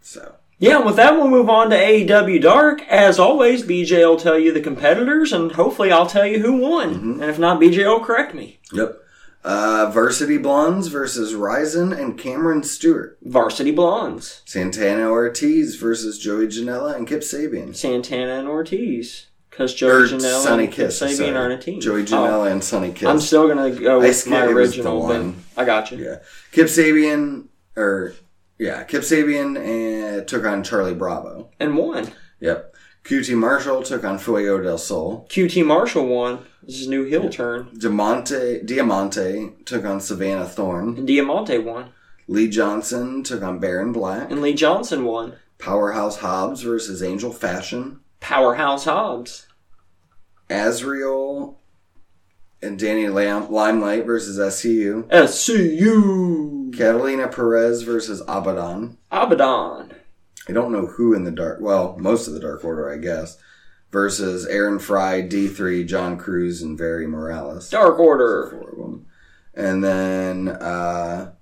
Speaker 1: so,
Speaker 2: Yeah, and with that, we'll move on to AEW Dark. As always, BJ will tell you the competitors, and hopefully, I'll tell you who won.
Speaker 1: Mm-hmm.
Speaker 2: And if not, BJ will correct me.
Speaker 1: yep. Uh, Varsity Blondes versus Ryzen and Cameron Stewart.
Speaker 2: Varsity Blondes,
Speaker 1: Santana Ortiz versus Joey Janela and Kip Sabian.
Speaker 2: Santana and Ortiz, because
Speaker 1: Or
Speaker 2: Joey Janela,
Speaker 1: Sonny
Speaker 2: and Kip
Speaker 1: Kiss.
Speaker 2: Sabian
Speaker 1: sorry.
Speaker 2: are on a team.
Speaker 1: Joey
Speaker 2: Oh,
Speaker 1: Janela and Sonny Kiss.
Speaker 2: I'm still gonna go
Speaker 1: I
Speaker 2: with
Speaker 1: skipped-
Speaker 2: my
Speaker 1: it was the
Speaker 2: original. but
Speaker 1: one.
Speaker 2: I got you.
Speaker 1: yeah. Kip Sabian, or, yeah, Kip Sabian uh, took on Charlie Bravo.
Speaker 2: And won.
Speaker 1: Yep. QT Marshall took on Fuego del Sol.
Speaker 2: QT Marshall won. This is new heel turn.
Speaker 1: Diamante, Diamante took on Savannah Thorne.
Speaker 2: And Diamante won.
Speaker 1: Lee Johnson took on Baron Black.
Speaker 2: And Lee Johnson won.
Speaker 1: Powerhouse Hobbs versus Angel Fashion.
Speaker 2: Powerhouse Hobbs.
Speaker 1: Azriel and Danny Lam- Limelight versus SCU.
Speaker 2: SCU.
Speaker 1: Catalina Perez versus Abaddon.
Speaker 2: Abaddon.
Speaker 1: I don't know who in the dark. Well, most of the Dark Order, I guess. Versus Aaron Fry, D3, John Cruz, and Barry Morales.
Speaker 2: Dark Order.
Speaker 1: four of them. And then uh,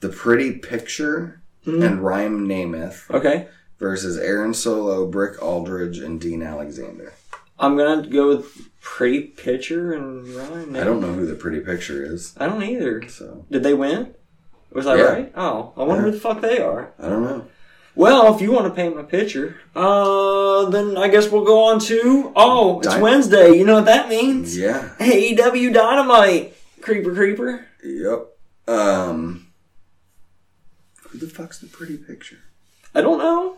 Speaker 1: The Pretty Picture and Rhyme Namath
Speaker 2: Okay.
Speaker 1: versus Aaron Solo, Brick Aldridge, and Dean Alexander.
Speaker 2: I'm gonna go with pretty pitcher and Ryan.
Speaker 1: I don't know who The Pretty Picture is,
Speaker 2: I don't either.
Speaker 1: so
Speaker 2: Did they win? Was I
Speaker 1: Yeah.
Speaker 2: right? Oh, I wonder who the fuck they are.
Speaker 1: I don't know.
Speaker 2: Well, if you want to paint my picture, uh, then I guess we'll go on to oh, it's
Speaker 1: Dy-
Speaker 2: Wednesday. You know what that means?
Speaker 1: Yeah.
Speaker 2: AEW Dynamite. Creeper, creeper.
Speaker 1: Yep. Um. Who the fuck's The Pretty Picture?
Speaker 2: I don't know.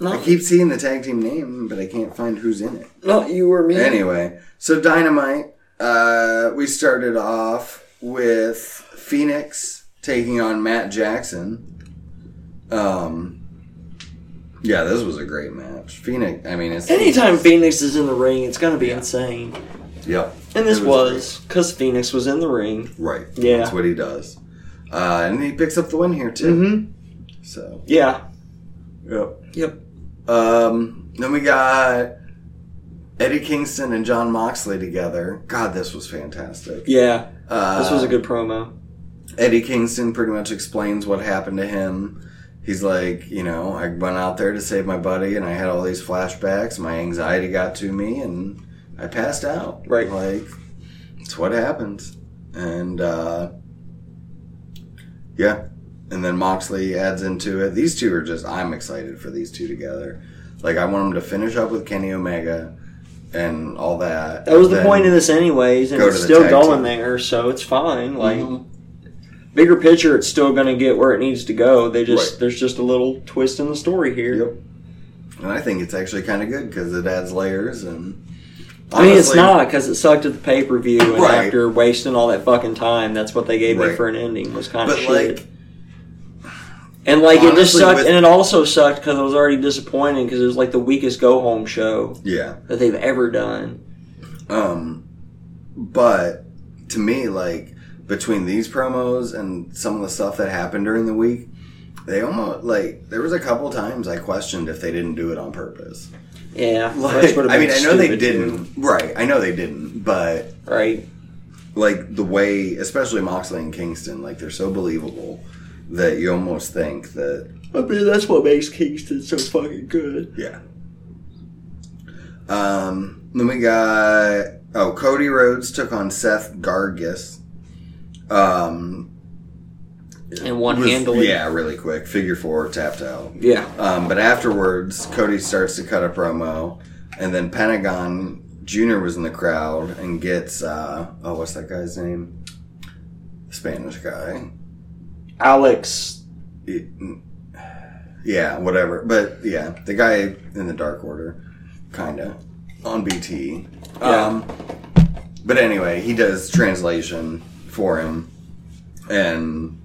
Speaker 1: I
Speaker 2: Not,
Speaker 1: keep seeing the tag team name, but I can't find who's in it.
Speaker 2: not you or me.
Speaker 1: Anyway, so Dynamite, uh, we started off with Phoenix taking on Matt Jackson. Um, yeah, this was a great match. Phoenix, I mean, it's
Speaker 2: Anytime Phoenix is in the ring, it's gonna be insane.
Speaker 1: Yep,
Speaker 2: And this
Speaker 1: It
Speaker 2: was because Phoenix was in the ring.
Speaker 1: right.
Speaker 2: Yeah.
Speaker 1: that's what he does. Uh, and he picks up the win here too.
Speaker 2: Mm-hmm.
Speaker 1: So,
Speaker 2: Yeah.
Speaker 1: yep.
Speaker 2: Yep.
Speaker 1: Um, then we got Eddie Kingston and John Moxley together. God, this was fantastic.
Speaker 2: Yeah.
Speaker 1: Uh,
Speaker 2: This was a good promo.
Speaker 1: Eddie Kingston pretty much explains what happened to him. He's like, you know, I went out there to save my buddy and I had all these flashbacks. My anxiety got to me and I passed out.
Speaker 2: Right.
Speaker 1: Like, it's what happens. And, uh, yeah. And then Moxley adds into it. These two are just, I'm excited for these two together. Like, I want them to finish up with Kenny Omega and all that.
Speaker 2: That was the
Speaker 1: Then-
Speaker 2: point of this, anyways, and
Speaker 1: go
Speaker 2: it's
Speaker 1: to the
Speaker 2: still
Speaker 1: tag
Speaker 2: going
Speaker 1: team. Mm-hmm.
Speaker 2: there, so it's fine. Like bigger picture, it's still going to get where it needs to go. They just
Speaker 1: Right.
Speaker 2: there's just a little twist in the story here.
Speaker 1: Yep. And I think it's actually kind of good because it adds layers and.
Speaker 2: I mean, it's
Speaker 1: Honestly,
Speaker 2: not because it sucked at the pay per view, and
Speaker 1: Right.
Speaker 2: after wasting all that fucking time, that's what they gave me
Speaker 1: Right.
Speaker 2: for an ending was kind of
Speaker 1: But
Speaker 2: shit.
Speaker 1: like,
Speaker 2: and like it just
Speaker 1: honestly,
Speaker 2: sucked,
Speaker 1: with-
Speaker 2: and it also sucked because I was already disappointed because it was like the weakest go home show
Speaker 1: yeah.
Speaker 2: that they've ever done.
Speaker 1: Um, but to me, like between these promos and some of the stuff that happened during the week, they almost like there was a couple times I questioned if they didn't do it on purpose.
Speaker 2: Yeah,
Speaker 1: Like,
Speaker 2: would've
Speaker 1: I mean,
Speaker 2: been
Speaker 1: I know they
Speaker 2: stupid,
Speaker 1: didn't. Right, I know they didn't, but
Speaker 2: too, right?
Speaker 1: like the way, especially Moxley and Kingston, like they're so believable that you almost think that
Speaker 2: I mean, that's what makes Kingston so fucking good.
Speaker 1: Yeah. Um, then we got oh Cody Rhodes took on Seth Gargis. Um,
Speaker 2: And one
Speaker 1: was-
Speaker 2: handily.
Speaker 1: yeah, really quick, figure four, tapped out.
Speaker 2: Yeah.
Speaker 1: Um, but afterwards, Cody starts to cut a promo, and then Pentagon Junior was in the crowd and gets uh, oh what's that guy's name? Spanish guy.
Speaker 2: Alex.
Speaker 1: It- yeah, whatever. But yeah, the guy in the Dark Order, kinda on BT. Um, but anyway, he does translation for him, and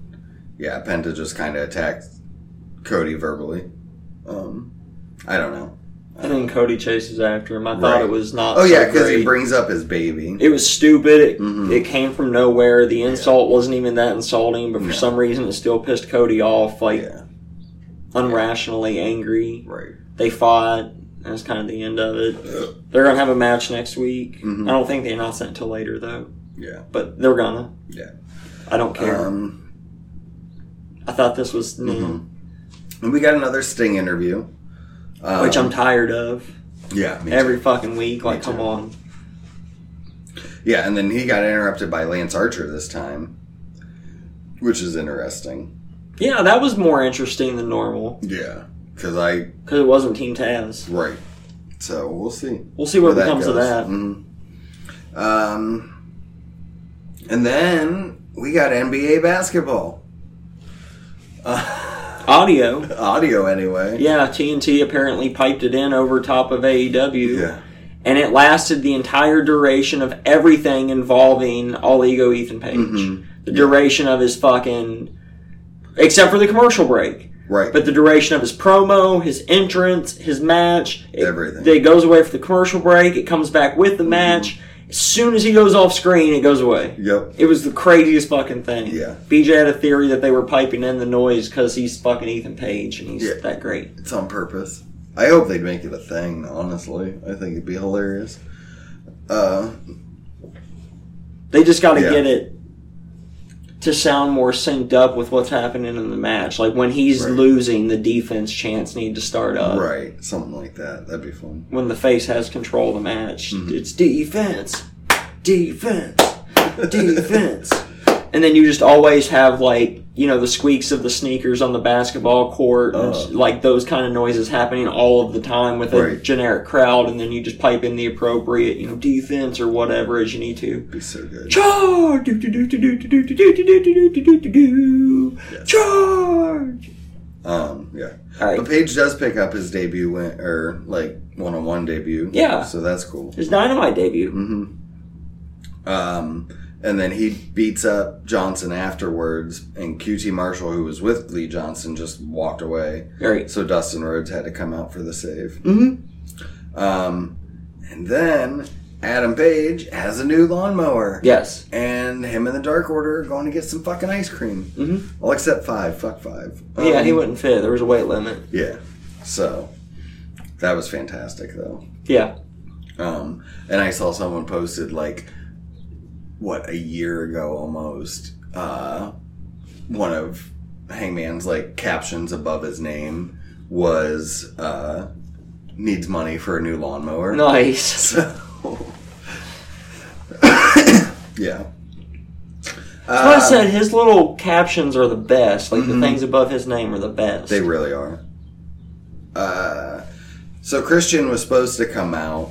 Speaker 1: yeah, Penta just kind of attacks Cody verbally. Um, I don't know.
Speaker 2: And then Cody chases after him. I thought
Speaker 1: Right.
Speaker 2: it was not.
Speaker 1: Oh
Speaker 2: so
Speaker 1: yeah, because
Speaker 2: great.
Speaker 1: he brings up his baby.
Speaker 2: It was stupid. It,
Speaker 1: Mhm.
Speaker 2: it came from nowhere. The insult wasn't even that insulting, but for
Speaker 1: No.
Speaker 2: some reason it still pissed Cody off, like
Speaker 1: yeah,
Speaker 2: unrationally angry.
Speaker 1: right.
Speaker 2: They fought. That's kind of the end of it. They're gonna have a match next week.
Speaker 1: Mhm.
Speaker 2: I don't think they announced that until later though,
Speaker 1: Yeah.
Speaker 2: but they're gonna.
Speaker 1: Yeah.
Speaker 2: I don't care.
Speaker 1: Um,
Speaker 2: I thought this was new,
Speaker 1: mhm. And we got another Sting interview, um,
Speaker 2: which I'm tired of
Speaker 1: yeah me too.
Speaker 2: every fucking week. Like,
Speaker 1: Me
Speaker 2: come
Speaker 1: too.
Speaker 2: on.
Speaker 1: Yeah, and then he got interrupted by Lance Archer this time, which is interesting.
Speaker 2: Yeah, that was more interesting than normal
Speaker 1: Yeah, because I
Speaker 2: because it wasn't Team Taz.
Speaker 1: right. So we'll see
Speaker 2: We'll see what becomes of that.
Speaker 1: Mhm. Um, and then we got NBA basketball
Speaker 2: Audio.
Speaker 1: audio anyway.
Speaker 2: Yeah, TNT apparently piped it in over top of AEW.
Speaker 1: Yeah.
Speaker 2: And it lasted the entire duration of everything involving All Ego Ethan Page.
Speaker 1: Mhm.
Speaker 2: The duration of his fucking. Except for the commercial break.
Speaker 1: Right.
Speaker 2: But the duration of his promo, his entrance, his match. It,
Speaker 1: Everything. Mm-hmm.
Speaker 2: It goes away for the commercial break. It comes back with the match. As soon as he goes off screen, it goes away.
Speaker 1: yep.
Speaker 2: It was the craziest fucking thing.
Speaker 1: Yeah.
Speaker 2: BJ had a theory that they were piping in the noise because he's fucking Ethan Page and he's
Speaker 1: Yeah.
Speaker 2: that great.
Speaker 1: It's on purpose. I hope they'd make it a thing, honestly. I think it'd be hilarious. Uh,
Speaker 2: They just got to
Speaker 1: Yeah.
Speaker 2: get it to sound more synced up with what's happening in the match. Like when he's
Speaker 1: Right.
Speaker 2: losing, the defense chants need to start up.
Speaker 1: right. Something like that. That'd be fun.
Speaker 2: When the face has control of the match,
Speaker 1: Mm-hmm.
Speaker 2: it's defense, defense, defense. [laughs] And then you just always have like you know the squeaks of the sneakers on the basketball court, and
Speaker 1: Uh.
Speaker 2: like those kind of noises happening all of the time with a
Speaker 1: Right.
Speaker 2: generic crowd, and then you just pipe in the appropriate you know defense or whatever as you need to.
Speaker 1: It'd be so good.
Speaker 2: Charge! Do, do, do, do, do, do, do, do, do, do, do, do, do, do, do. Charge!
Speaker 1: Um, yeah.
Speaker 2: Alright.
Speaker 1: But Paige does pick up his debut win, or like one on one debut.
Speaker 2: Yeah.
Speaker 1: So that's cool.
Speaker 2: His Dynamite debut.
Speaker 1: Mm-hmm. Um, and then he beats up Johnson afterwards, and QT Marshall, who was with Lee Johnson, just walked away.
Speaker 2: Great.
Speaker 1: So Dustin Rhodes had to come out for the save.
Speaker 2: Mm-hmm.
Speaker 1: Um, and then Adam Page has a new lawnmower.
Speaker 2: Yes.
Speaker 1: And him and the Dark Order are going to get some fucking ice cream.
Speaker 2: Mm-hmm.
Speaker 1: Well, except five. Fuck five.
Speaker 2: yeah,
Speaker 1: Um,
Speaker 2: he wouldn't fit. There was a weight limit.
Speaker 1: Yeah. So that was fantastic, though.
Speaker 2: Yeah.
Speaker 1: Um, and I saw someone posted like what a year ago almost uh, one of Hangman's like captions above his name was uh, needs money for a new lawnmower. [laughs]
Speaker 2: Nice.
Speaker 1: So [coughs] yeah.
Speaker 2: That's
Speaker 1: Uh,
Speaker 2: why I said his little captions are the best. Like the things above his name are the best.
Speaker 1: Mm-hmm. They really are. Uh, so Christian was supposed to come out,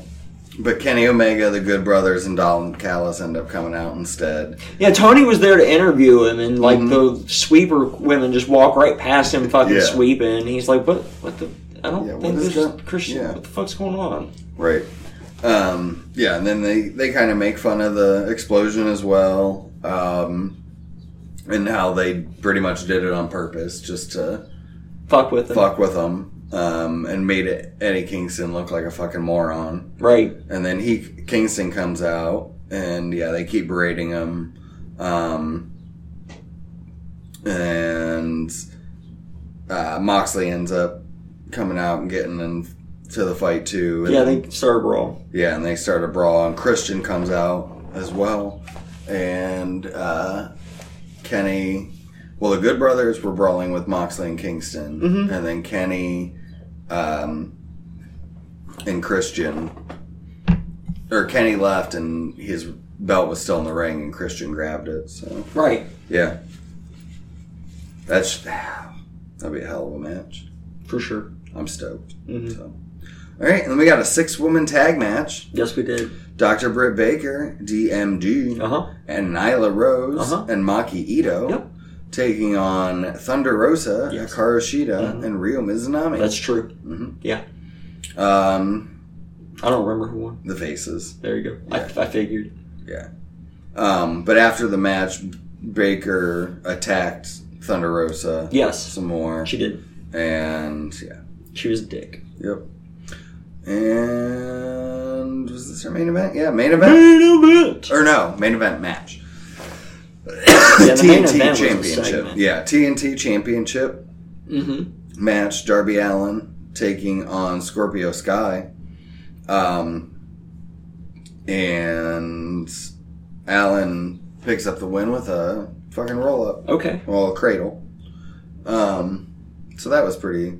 Speaker 1: but Kenny Omega, the Good Brothers, and Don Callis end up coming out instead.
Speaker 2: yeah, Tony was there to interview him, and like the sweeper women just walk right past him, fucking
Speaker 1: Mm-hmm. Yeah.
Speaker 2: sweeping. And he's like, "What? What the? I don't
Speaker 1: Yeah, what
Speaker 2: think
Speaker 1: is
Speaker 2: this
Speaker 1: that?
Speaker 2: Christian.
Speaker 1: Yeah.
Speaker 2: What the fuck's going on?"
Speaker 1: Right. Um, yeah, and then they, they kind of make fun of the explosion as well, um, and how they pretty much did it on purpose just to
Speaker 2: Fuck with him.
Speaker 1: fuck with them, um, and made it, Eddie Kingston look like a fucking moron.
Speaker 2: Right.
Speaker 1: and then he Kingston comes out, and yeah, they keep berating him, um, and uh, Moxley ends up coming out and getting into the fight too. And
Speaker 2: Yeah, I think Cerebral.
Speaker 1: yeah, and they start a brawl, and Christian comes out as well, and uh, Kenny. Well, the Good Brothers were brawling with Moxley and Kingston,
Speaker 2: Mhm.
Speaker 1: and then Kenny um, and Christian, or Kenny left, and his belt was still in the ring, and Christian grabbed it. So
Speaker 2: Right.
Speaker 1: yeah, that's that'd be a hell of a match.
Speaker 2: For sure.
Speaker 1: I'm stoked.
Speaker 2: Mhm.
Speaker 1: So, All right, and then we got a six woman tag match.
Speaker 2: Yes, we did.
Speaker 1: Dr. Britt Baker, DMD,
Speaker 2: Uh huh.
Speaker 1: and Nyla Rose
Speaker 2: Uh-huh.
Speaker 1: and Maki Ito
Speaker 2: Yep.
Speaker 1: taking on Thunder Rosa,
Speaker 2: Yes.
Speaker 1: Hikaru Shida,
Speaker 2: Mhm.
Speaker 1: and Ryo Mizunami.
Speaker 2: That's true.
Speaker 1: Mhm.
Speaker 2: Yeah.
Speaker 1: um,
Speaker 2: I don't remember who won.
Speaker 1: the faces.
Speaker 2: There you go.
Speaker 1: Yeah.
Speaker 2: I, I figured.
Speaker 1: Um, but after the match, Baker attacked Thunder Rosa
Speaker 2: Yes,
Speaker 1: some more,
Speaker 2: she did.
Speaker 1: and yeah,
Speaker 2: She was a dick.
Speaker 1: yep. And was this our main event? Yeah, main event.
Speaker 2: event.
Speaker 1: or no, main event
Speaker 2: [coughs]
Speaker 1: match.
Speaker 2: the main
Speaker 1: TNT
Speaker 2: event was the
Speaker 1: Championship.
Speaker 2: segment.
Speaker 1: Yeah, TNT Championship
Speaker 2: Mm-hmm.
Speaker 1: match. Darby Allen taking on Scorpio Sky. Um, and Allen picks up the win with a fucking roll up,
Speaker 2: Okay.
Speaker 1: well, a cradle. Um, so that was pretty.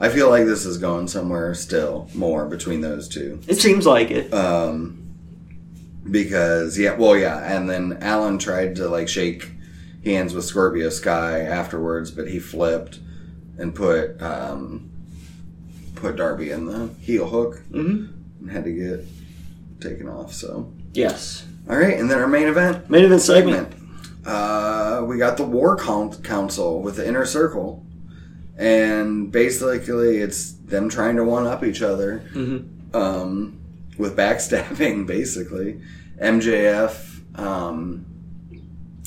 Speaker 1: I feel like this is going somewhere still more between those two.
Speaker 2: It seems like it.
Speaker 1: Um, because yeah, well, yeah, and then Alan tried to like shake hands with Scorpio Sky afterwards, but he flipped and put um, put Darby in the heel hook
Speaker 2: Mm-hmm.
Speaker 1: and had to get taken off. So
Speaker 2: Yes.
Speaker 1: all right, and then our main event
Speaker 2: Main event segment.
Speaker 1: uh, we got the War Coun- Council with the Inner Circle, and basically it's them trying to one up each other
Speaker 2: Mm-hmm.
Speaker 1: um, with backstabbing, [laughs] basically. MJF, um,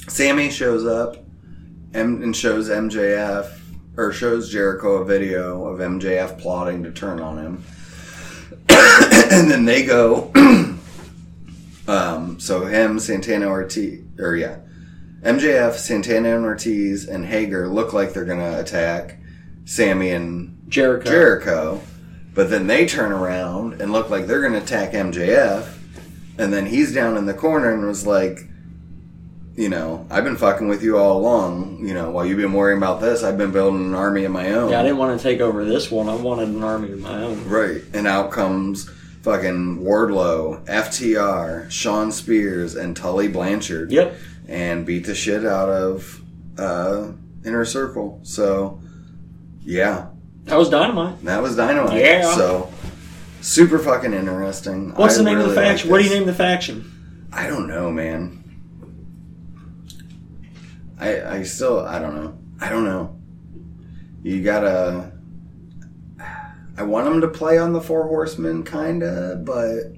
Speaker 1: Sammy shows up M- and shows MJF, or shows Jericho a video of MJF plotting to turn on him. [coughs] and then they go. [clears throat] um, so him, Santana Ortiz, or yeah. MJF, Santana and Ortiz, and Hager look like they're going to attack Sammy and
Speaker 2: Jericho.
Speaker 1: Jericho, but then they turn around and look like they're going to attack MJF, and then he's down in the corner and was like, you know, I've been fucking with you all along. You know, while you've been worrying about this, I've been building an army of my own.
Speaker 2: Yeah, I didn't want to take over this one. I wanted an army of my own.
Speaker 1: Right, and out comes fucking Wardlow, FTR, Sean Spears, and Tully Blanchard,
Speaker 2: Yep.
Speaker 1: and beat the shit out of uh, Inner Circle. So, yeah,
Speaker 2: That was dynamite.
Speaker 1: That was Dynamite.
Speaker 2: Yeah.
Speaker 1: So super fucking interesting.
Speaker 2: What's
Speaker 1: I
Speaker 2: the name of
Speaker 1: really
Speaker 2: the
Speaker 1: like
Speaker 2: faction? what do you
Speaker 1: this.
Speaker 2: name the faction?
Speaker 1: I don't know, man. I I still I don't know. I don't know. You gotta. I want them to play on the Four Horsemen, kinda, but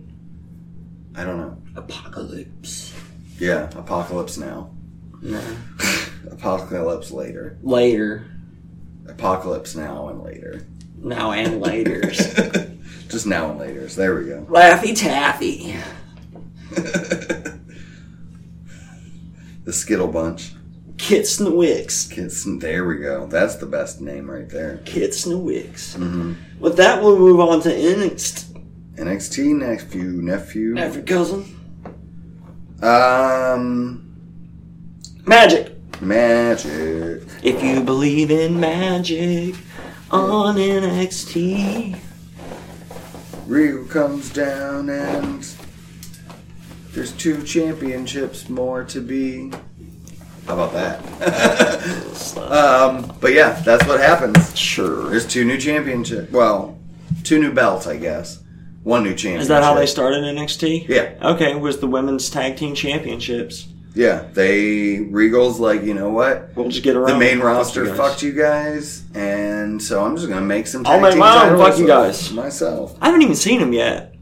Speaker 1: I don't know.
Speaker 2: Apocalypse.
Speaker 1: Yeah, Apocalypse now.
Speaker 2: No.
Speaker 1: Apocalypse later.
Speaker 2: Later.
Speaker 1: Apocalypse now and later. [laughs]
Speaker 2: Now and later.
Speaker 1: Just now and later. There we go.
Speaker 2: Laffy Taffy.
Speaker 1: the Skittle Bunch.
Speaker 2: Kits and the Wicks.
Speaker 1: Kids, there we go. That's the best name right there.
Speaker 2: Kits and the Wicks.
Speaker 1: Mm-hmm.
Speaker 2: With that, we'll move on to NXT.
Speaker 1: NXT nephew, nephew.
Speaker 2: Every cousin.
Speaker 1: Um,
Speaker 2: Magic.
Speaker 1: magic.
Speaker 2: If you believe in magic on NXT.
Speaker 1: Rio comes down and there's two championships more to be. How about that? [laughs] um, but yeah, that's what happens.
Speaker 2: Sure.
Speaker 1: There's two new championships. Well, two new belts, I guess. One new championship.
Speaker 2: Is that how they started NXT?
Speaker 1: Yeah.
Speaker 2: Okay, it was the women's tag team championships.
Speaker 1: Yeah, they Regal's like, you know what?
Speaker 2: We'll just get around.
Speaker 1: The main roster
Speaker 2: guys.
Speaker 1: fucked you guys, and so I'm just gonna make some.
Speaker 2: I'll
Speaker 1: tag
Speaker 2: make
Speaker 1: team
Speaker 2: my own,
Speaker 1: titles
Speaker 2: fuck you
Speaker 1: of
Speaker 2: guys.
Speaker 1: Myself.
Speaker 2: I haven't even seen them yet.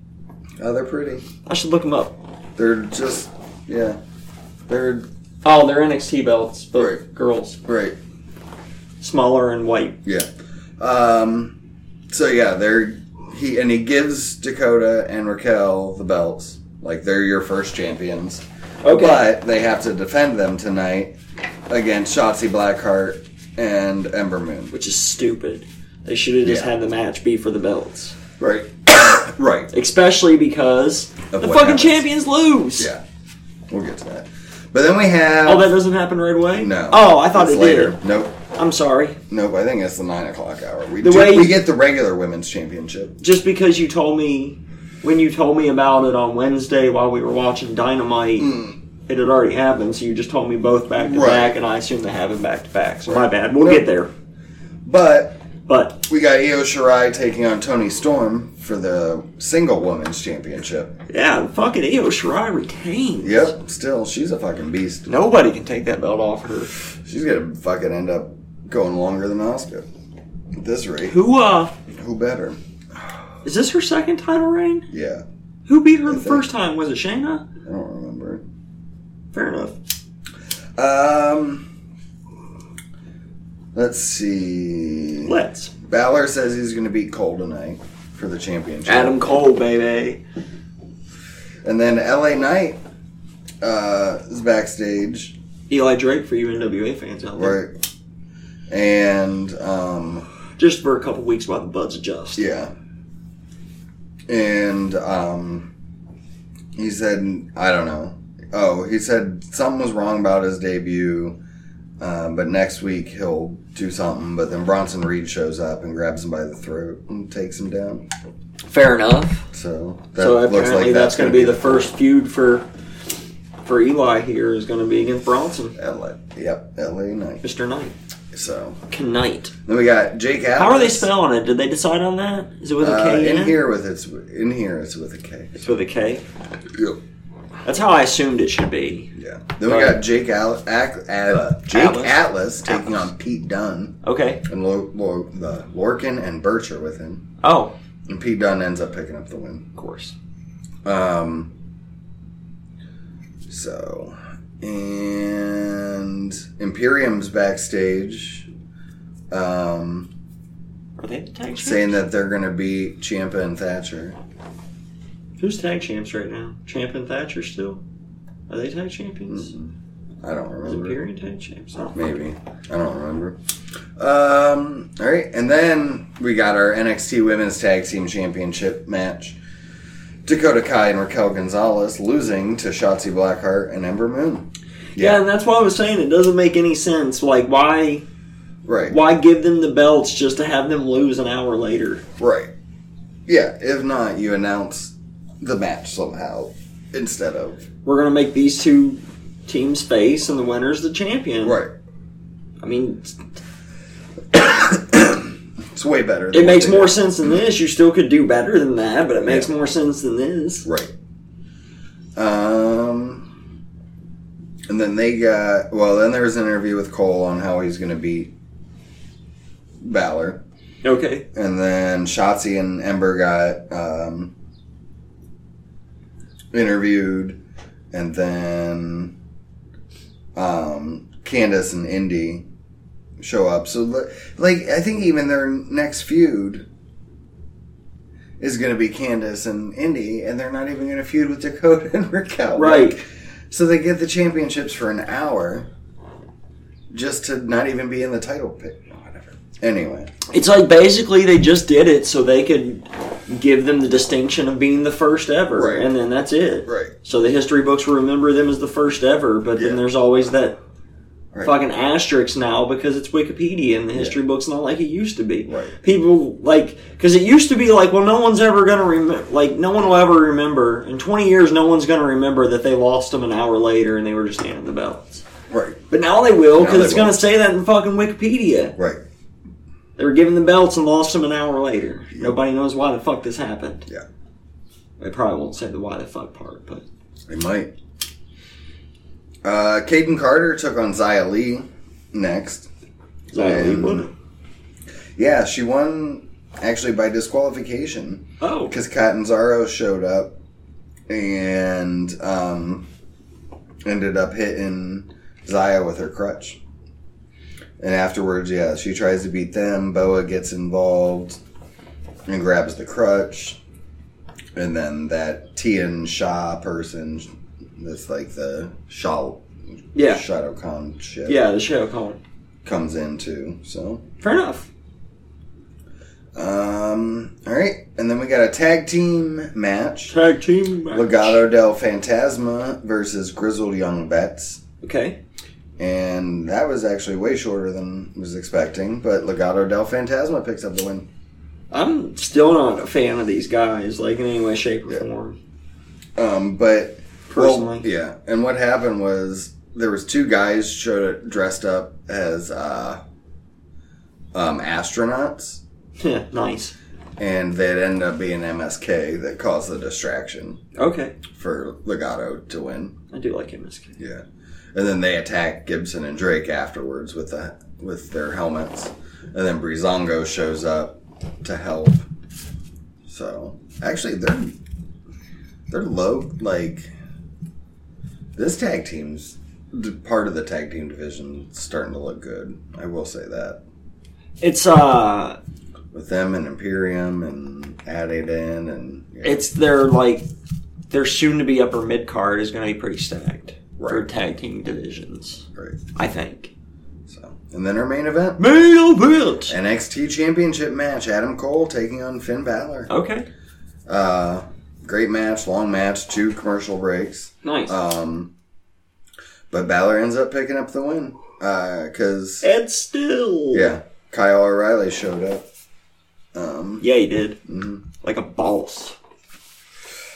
Speaker 1: Oh, they're pretty.
Speaker 2: I should look them up.
Speaker 1: They're just, yeah, they're
Speaker 2: Oh, they're NXT belts, but
Speaker 1: Right.
Speaker 2: girls,
Speaker 1: great.
Speaker 2: smaller and white.
Speaker 1: Yeah. Um. So yeah, they're he and he gives Dakota and Raquel the belts. Like they're your first champions.
Speaker 2: Okay.
Speaker 1: But they have to defend them tonight against Shotzi Blackheart and Ember Moon.
Speaker 2: Which is stupid. They should have just
Speaker 1: Yeah.
Speaker 2: had the match be for the belts,
Speaker 1: Right. [coughs] right.
Speaker 2: especially because
Speaker 1: Of
Speaker 2: the
Speaker 1: what
Speaker 2: fucking
Speaker 1: happens.
Speaker 2: champions lose.
Speaker 1: Yeah, we'll get to that. But then we have.
Speaker 2: Oh, that doesn't happen right away.
Speaker 1: no.
Speaker 2: Oh, I thought
Speaker 1: It's
Speaker 2: it
Speaker 1: later.
Speaker 2: did.
Speaker 1: Nope,
Speaker 2: I'm sorry.
Speaker 1: nope. I think it's the nine o'clock hour. We
Speaker 2: The
Speaker 1: do,
Speaker 2: way-
Speaker 1: we get the regular women's championship.
Speaker 2: Just because you told me when you told me about it on Wednesday while we were watching Dynamite, it had already happened. So you just told me both back to
Speaker 1: Mm. Right.
Speaker 2: back, and I assume they have it back to back. So my
Speaker 1: Right.
Speaker 2: bad. We'll
Speaker 1: Nope.
Speaker 2: get there.
Speaker 1: But
Speaker 2: But
Speaker 1: We got Io Shirai taking on Tony Storm for the single women's championship.
Speaker 2: yeah, fucking Io Shirai retains.
Speaker 1: Yep, still, she's a fucking beast.
Speaker 2: Nobody can take that belt off her.
Speaker 1: She's gonna fucking end up going longer than Oscar. At this rate,
Speaker 2: Who uh
Speaker 1: who better?
Speaker 2: is this her second title reign?
Speaker 1: Yeah,
Speaker 2: Who beat her
Speaker 1: I
Speaker 2: the
Speaker 1: think-
Speaker 2: first time? Was it Shayna?
Speaker 1: I don't remember.
Speaker 2: Fair enough.
Speaker 1: Um, let's see.
Speaker 2: Let's.
Speaker 1: Balor says he's gonna beat Cole tonight for the championship.
Speaker 2: Adam Cole, baby.
Speaker 1: And then LA Knight uh, is backstage,
Speaker 2: Eli Drake for you NWA fans out there.
Speaker 1: right? And um,
Speaker 2: Just for a couple weeks while the buds adjust.
Speaker 1: Yeah. And um, he said, I don't know. Oh, he said something was wrong about his debut, uh, but next week he'll do something. But then Bronson Reed shows up and grabs him by the throat and takes him down.
Speaker 2: Fair enough.
Speaker 1: So that
Speaker 2: So
Speaker 1: looks
Speaker 2: apparently
Speaker 1: like
Speaker 2: that's, going to be the
Speaker 1: gonna
Speaker 2: first feud for for Eli here is going to be against Bronson,
Speaker 1: LA, yep, LA Knight.
Speaker 2: Mr. Knight.
Speaker 1: So
Speaker 2: Knight.
Speaker 1: then we got Jake Atlas.
Speaker 2: How are they spelling it? Did they decide on that? Is it with a K
Speaker 1: Uh,
Speaker 2: in,
Speaker 1: in
Speaker 2: it?
Speaker 1: here with it's in here it's with a K.
Speaker 2: It's with a K.
Speaker 1: Yep.
Speaker 2: That's how I assumed it should be.
Speaker 1: Yeah. Then we
Speaker 2: Alright.
Speaker 1: got Jake Al- Ac- uh, Jake
Speaker 2: Atlas?
Speaker 1: Atlas, taking
Speaker 2: Atlas.
Speaker 1: on Pete Dunn
Speaker 2: Okay.
Speaker 1: and Lo- Lo- the Lorkin and Birch are with him,
Speaker 2: Oh,
Speaker 1: and Pete Dunn ends up picking up the win.
Speaker 2: of course.
Speaker 1: Um. So, and Imperium's backstage, um,
Speaker 2: Are they the tag champs?
Speaker 1: saying that they're gonna beat Champa and Thatcher.
Speaker 2: Who's tag champs right now? Champ and Thatcher still? Are they tag champions?
Speaker 1: I don't
Speaker 2: Is
Speaker 1: remember.
Speaker 2: Imperium tag champs? Oh,
Speaker 1: Maybe. I don't remember. Um, all right. And then we got our NXT Women's Tag Team Championship match. Dakota Kai and Raquel Gonzalez losing to Shotzi Blackheart and Ember Moon.
Speaker 2: Yeah. and that's why I was saying it doesn't make any sense. Like, why
Speaker 1: Right.
Speaker 2: why give them the belts just to have them lose an hour later?
Speaker 1: Right. Yeah. If not, you announce the match somehow instead of.
Speaker 2: We're gonna make these two teams face, and the winner's the champion.
Speaker 1: Right.
Speaker 2: I mean,
Speaker 1: It's way better.
Speaker 2: it
Speaker 1: than
Speaker 2: makes
Speaker 1: what they
Speaker 2: more
Speaker 1: did.
Speaker 2: sense than this. You still could do better than that, but it makes more sense than this.
Speaker 1: Right. Um, and then they got well. Then there was an interview with Cole on how he's going to beat Balor,
Speaker 2: Okay.
Speaker 1: and then Shotzi and Ember got um, interviewed, and then um, Candace and Indy show up. So, li- like, I think even their next feud is going to be Candace and Indy, and they're not even going to feud with Dakota [laughs] and Raquel.
Speaker 2: Right.
Speaker 1: Like, so they get the championships for an hour just to not even be in the title pit. No, whatever. Anyway,
Speaker 2: It's like basically they just did it so they could give them the distinction of being the first ever,
Speaker 1: Right.
Speaker 2: and then that's it.
Speaker 1: Right.
Speaker 2: So the history books will remember them as the first ever, but then
Speaker 1: Yeah.
Speaker 2: there's always that
Speaker 1: Right.
Speaker 2: fucking asterisk now because it's Wikipedia and the history book's not like it used to be.
Speaker 1: Right.
Speaker 2: People like because it used to be like, well, no one's ever gonna remember. Like no one will ever remember in 20 years, no one's gonna remember that they lost them an hour later and they were just handing the belts.
Speaker 1: right,
Speaker 2: But now they will
Speaker 1: Now
Speaker 2: because
Speaker 1: they
Speaker 2: it's gonna
Speaker 1: will.
Speaker 2: say that in fucking Wikipedia.
Speaker 1: right.
Speaker 2: They were given the belts and lost them an hour later. Nobody knows why the fuck this happened.
Speaker 1: Yeah.
Speaker 2: They probably won't say the why the fuck part, but
Speaker 1: They might. Uh, Caden Carter took on Zia Lee next. And- Yeah, she won actually by disqualification
Speaker 2: Oh,
Speaker 1: because Catanzaro showed up and um, ended up hitting Zaya with her crutch. And afterwards, yeah, she tries to beat them. Boa gets involved and grabs the crutch. And then that Tian Sha person that's like the Shao
Speaker 2: yeah,
Speaker 1: Shadow Khan shit
Speaker 2: yeah, the show calling.
Speaker 1: comes in too. So
Speaker 2: Fair enough.
Speaker 1: Um, all right, and then we got a tag team match:
Speaker 2: Tag team match.
Speaker 1: Legado del Fantasma versus Grizzled Young Vets,
Speaker 2: Okay,
Speaker 1: and that was actually way shorter than I was expecting. But Legado del Fantasma picks up the win.
Speaker 2: I'm still not a fan of these guys, like in any way, shape, or
Speaker 1: Yeah.
Speaker 2: form. [laughs]
Speaker 1: Um, but well,
Speaker 2: Personally,
Speaker 1: yeah. And what happened was there was two guys showed dressed up as uh, um, astronauts,
Speaker 2: nice.
Speaker 1: and they'd end up being MSK that caused the distraction
Speaker 2: Okay.
Speaker 1: for Legato to win.
Speaker 2: I do like MSK.
Speaker 1: Yeah, and then they attack Gibson and Drake afterwards with the with their helmets, and then Brizongo shows up to help. So actually, they're they're low. Like this tag team's d- part of the tag team division is starting to look good. I will say that
Speaker 2: It's uh
Speaker 1: with them and Imperium and added in and yeah,
Speaker 2: it's their like their soon to be upper mid card is going to be pretty stacked for
Speaker 1: Right.
Speaker 2: tag team divisions.
Speaker 1: right.
Speaker 2: I think.
Speaker 1: So and then our main event.
Speaker 2: Main event.
Speaker 1: NXT Championship match: Adam Cole taking on Finn Balor.
Speaker 2: Okay.
Speaker 1: Uh, great match, long match, two commercial breaks.
Speaker 2: Nice.
Speaker 1: Um, but Balor ends up picking up the win because
Speaker 2: and still.
Speaker 1: yeah, Kyle O'Reilly showed up. Um,
Speaker 2: Yeah, he did.
Speaker 1: mhm.
Speaker 2: Like a boss.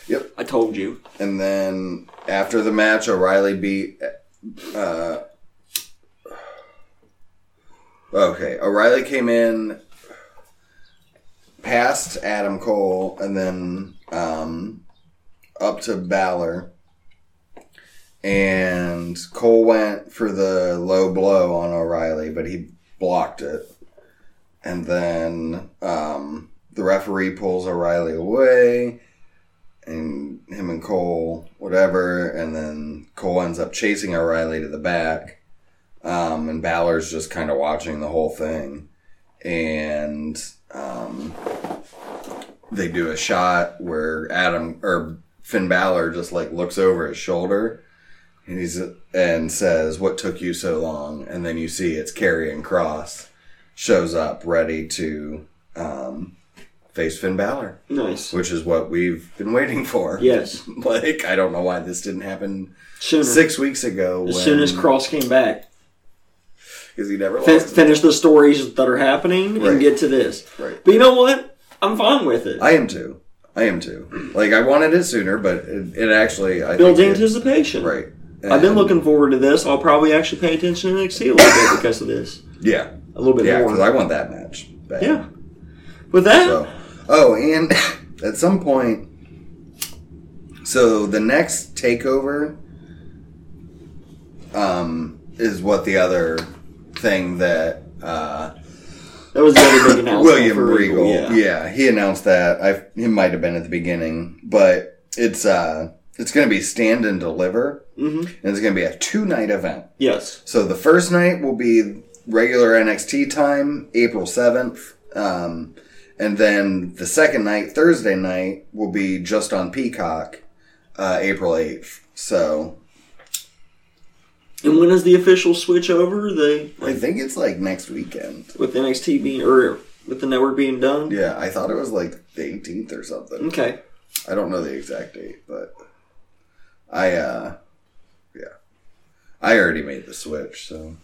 Speaker 1: Yep.
Speaker 2: I told you.
Speaker 1: and then after the match, O'Reilly beat. Uh, okay, O'Reilly came in, passed Adam Cole, and then um, up to Balor. And Cole went for the low blow on O'Reilly, but he blocked it. And then um, the referee pulls O'Reilly away, and him and Cole, whatever. And then Cole ends up chasing O'Reilly to the back. Um, and Balor's just kind of watching the whole thing. And um, they do a shot where Adam or Finn Balor just like looks over his shoulder. And he's and says, "What took you so long?" And then you see it's Karrion Cross shows up ready to um, face Finn Balor
Speaker 2: Nice.
Speaker 1: which is what we've been waiting for.
Speaker 2: Yes.
Speaker 1: [laughs] Like, I don't know why this didn't happen
Speaker 2: Sooner.
Speaker 1: six weeks ago.
Speaker 2: As soon as Cross came back,
Speaker 1: Because he never
Speaker 2: fin-
Speaker 1: lost. it.
Speaker 2: finish the stories that are happening
Speaker 1: Right.
Speaker 2: and get to this.
Speaker 1: Right.
Speaker 2: But you know what? I'm fine with it.
Speaker 1: I am too. I am too. Like, I wanted it sooner, but it, it actually. I
Speaker 2: Build
Speaker 1: think it-
Speaker 2: anticipation.
Speaker 1: Right.
Speaker 2: I've been
Speaker 1: And-
Speaker 2: looking forward to this. I'll probably actually pay attention to NXT a little bit because of this.
Speaker 1: Yeah.
Speaker 2: A little bit
Speaker 1: Yeah,
Speaker 2: more.
Speaker 1: because I want that match. back.
Speaker 2: yeah. With that,
Speaker 1: So, oh, and [laughs] at some point, so the next takeover um, is what the other thing that. Uh,
Speaker 2: that was the
Speaker 1: [laughs]
Speaker 2: other big announcement.
Speaker 1: William
Speaker 2: for
Speaker 1: Regal.
Speaker 2: Yeah.
Speaker 1: Yeah. he announced that. I it might have been at the beginning, but it's uh it's going to be stand and deliver,
Speaker 2: hmm
Speaker 1: and it's going to be a two night event.
Speaker 2: Yes.
Speaker 1: So the first night will be regular NXT time, April seventh, um, and then the second night, Thursday night, will be just on Peacock, uh, April eighth. So
Speaker 2: And when is the official switch over? They
Speaker 1: I
Speaker 2: like
Speaker 1: think it's like next weekend.
Speaker 2: with NXT being or with the network being done.
Speaker 1: Yeah, I thought it was like the eighteenth or something.
Speaker 2: Okay.
Speaker 1: I don't know the exact date, but I uh yeah. I already made the switch, so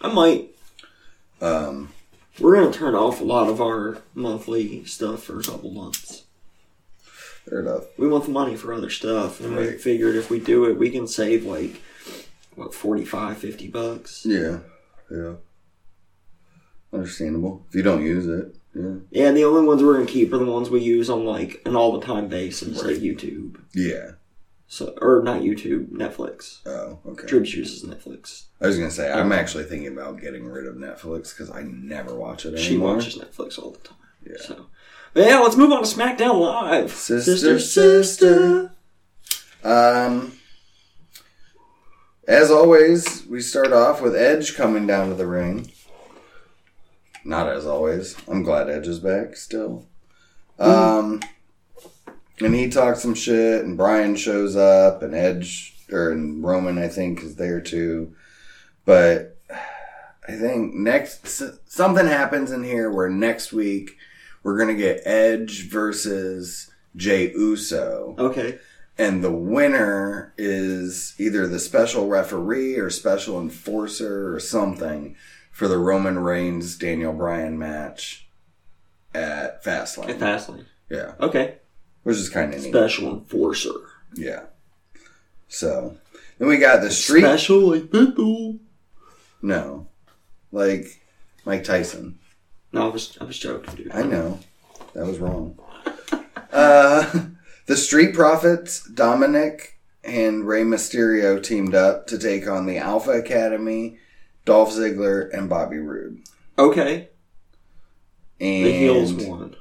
Speaker 2: I might.
Speaker 1: um
Speaker 2: We're gonna turn off a lot of our monthly stuff for a couple months.
Speaker 1: fair enough.
Speaker 2: We want the money for other stuff, and we
Speaker 1: Right.
Speaker 2: figured if we do it, we can save like what 45, 50 bucks.
Speaker 1: Yeah. Yeah. Understandable. If you don't use it, yeah.
Speaker 2: Yeah, the only ones we're gonna keep are the ones we use on like an all the time basis, like
Speaker 1: Right.
Speaker 2: YouTube.
Speaker 1: Yeah.
Speaker 2: So or not YouTube, Netflix.
Speaker 1: Oh, okay.
Speaker 2: Dribs uses Netflix.
Speaker 1: I was gonna say I'm actually thinking about getting rid of Netflix because I never watch it anymore.
Speaker 2: She watches Netflix all the time.
Speaker 1: Yeah.
Speaker 2: So, but yeah, let's move on to SmackDown Live.
Speaker 1: Sister, sister. Um, as always, we start off with Edge coming down to the ring. Not as always. I'm glad Edge is back still. Um, and he talks some shit, and Brian shows up, and Edge or and Roman, I think, is there too. But I think next s- something happens in here where next week we're gonna get Edge versus Jay Uso.
Speaker 2: Okay.
Speaker 1: And the winner is either the special referee or special enforcer or something for the Roman Reigns Daniel Bryan match at
Speaker 2: And
Speaker 1: Fastlane.
Speaker 2: Fastlane.
Speaker 1: yeah,
Speaker 2: Okay.
Speaker 1: which is kind of neat.
Speaker 2: Special enforcer.
Speaker 1: yeah. So then we got the street.
Speaker 2: Special like Pitbull.
Speaker 1: no, like Mike Tyson.
Speaker 2: No, I was I was joking, dude.
Speaker 1: I know. That was wrong. uh, the Street Profits, Dominic, and Rey Mysterio teamed up to take on the Alpha Academy, Dolph Ziggler, and Bobby Roode.
Speaker 2: Okay,
Speaker 1: And,
Speaker 2: the heels won.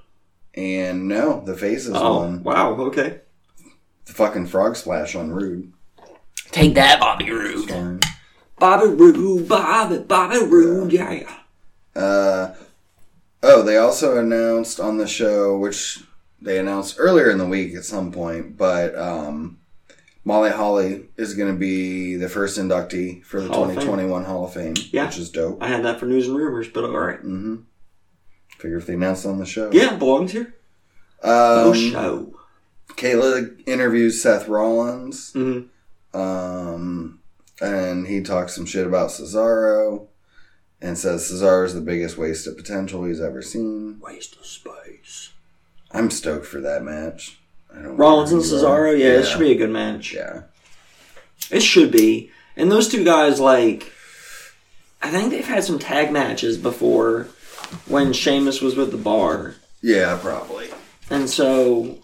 Speaker 1: And no, the faces
Speaker 2: Oh
Speaker 1: won.
Speaker 2: wow, okay.
Speaker 1: The fucking frog splash on Rude.
Speaker 2: Take that, Bobby
Speaker 1: It's
Speaker 2: Roode.
Speaker 1: fine.
Speaker 2: Bobby Roode, Bobby Bobby Roode, yeah. yeah.
Speaker 1: Uh, oh, they also announced on the show, which they announced earlier in the week at some point, but um, Molly Holly is going to be the first inductee for the
Speaker 2: Hall of Fame.
Speaker 1: 2021 Hall of Fame,
Speaker 2: Yeah.
Speaker 1: which is dope.
Speaker 2: I had that for news and rumors, but all right.
Speaker 1: Mm-hmm. Figure if they announced it on the show.
Speaker 2: Yeah, belongs here. Oh
Speaker 1: Um,
Speaker 2: show.
Speaker 1: Kayla interviews Seth Rollins,
Speaker 2: Mhm.
Speaker 1: um, and he talks some shit about Cesaro, and says Cesaro's the biggest waste of potential he's ever seen.
Speaker 2: Waste of space.
Speaker 1: I'm stoked for that match. I don't
Speaker 2: Rollins
Speaker 1: know
Speaker 2: and
Speaker 1: who you are.
Speaker 2: Cesaro, yeah, it should be a good match.
Speaker 1: Yeah,
Speaker 2: It should be. And those two guys, like, I think they've had some tag matches before when Sheamus was with the bar.
Speaker 1: yeah, probably.
Speaker 2: And so,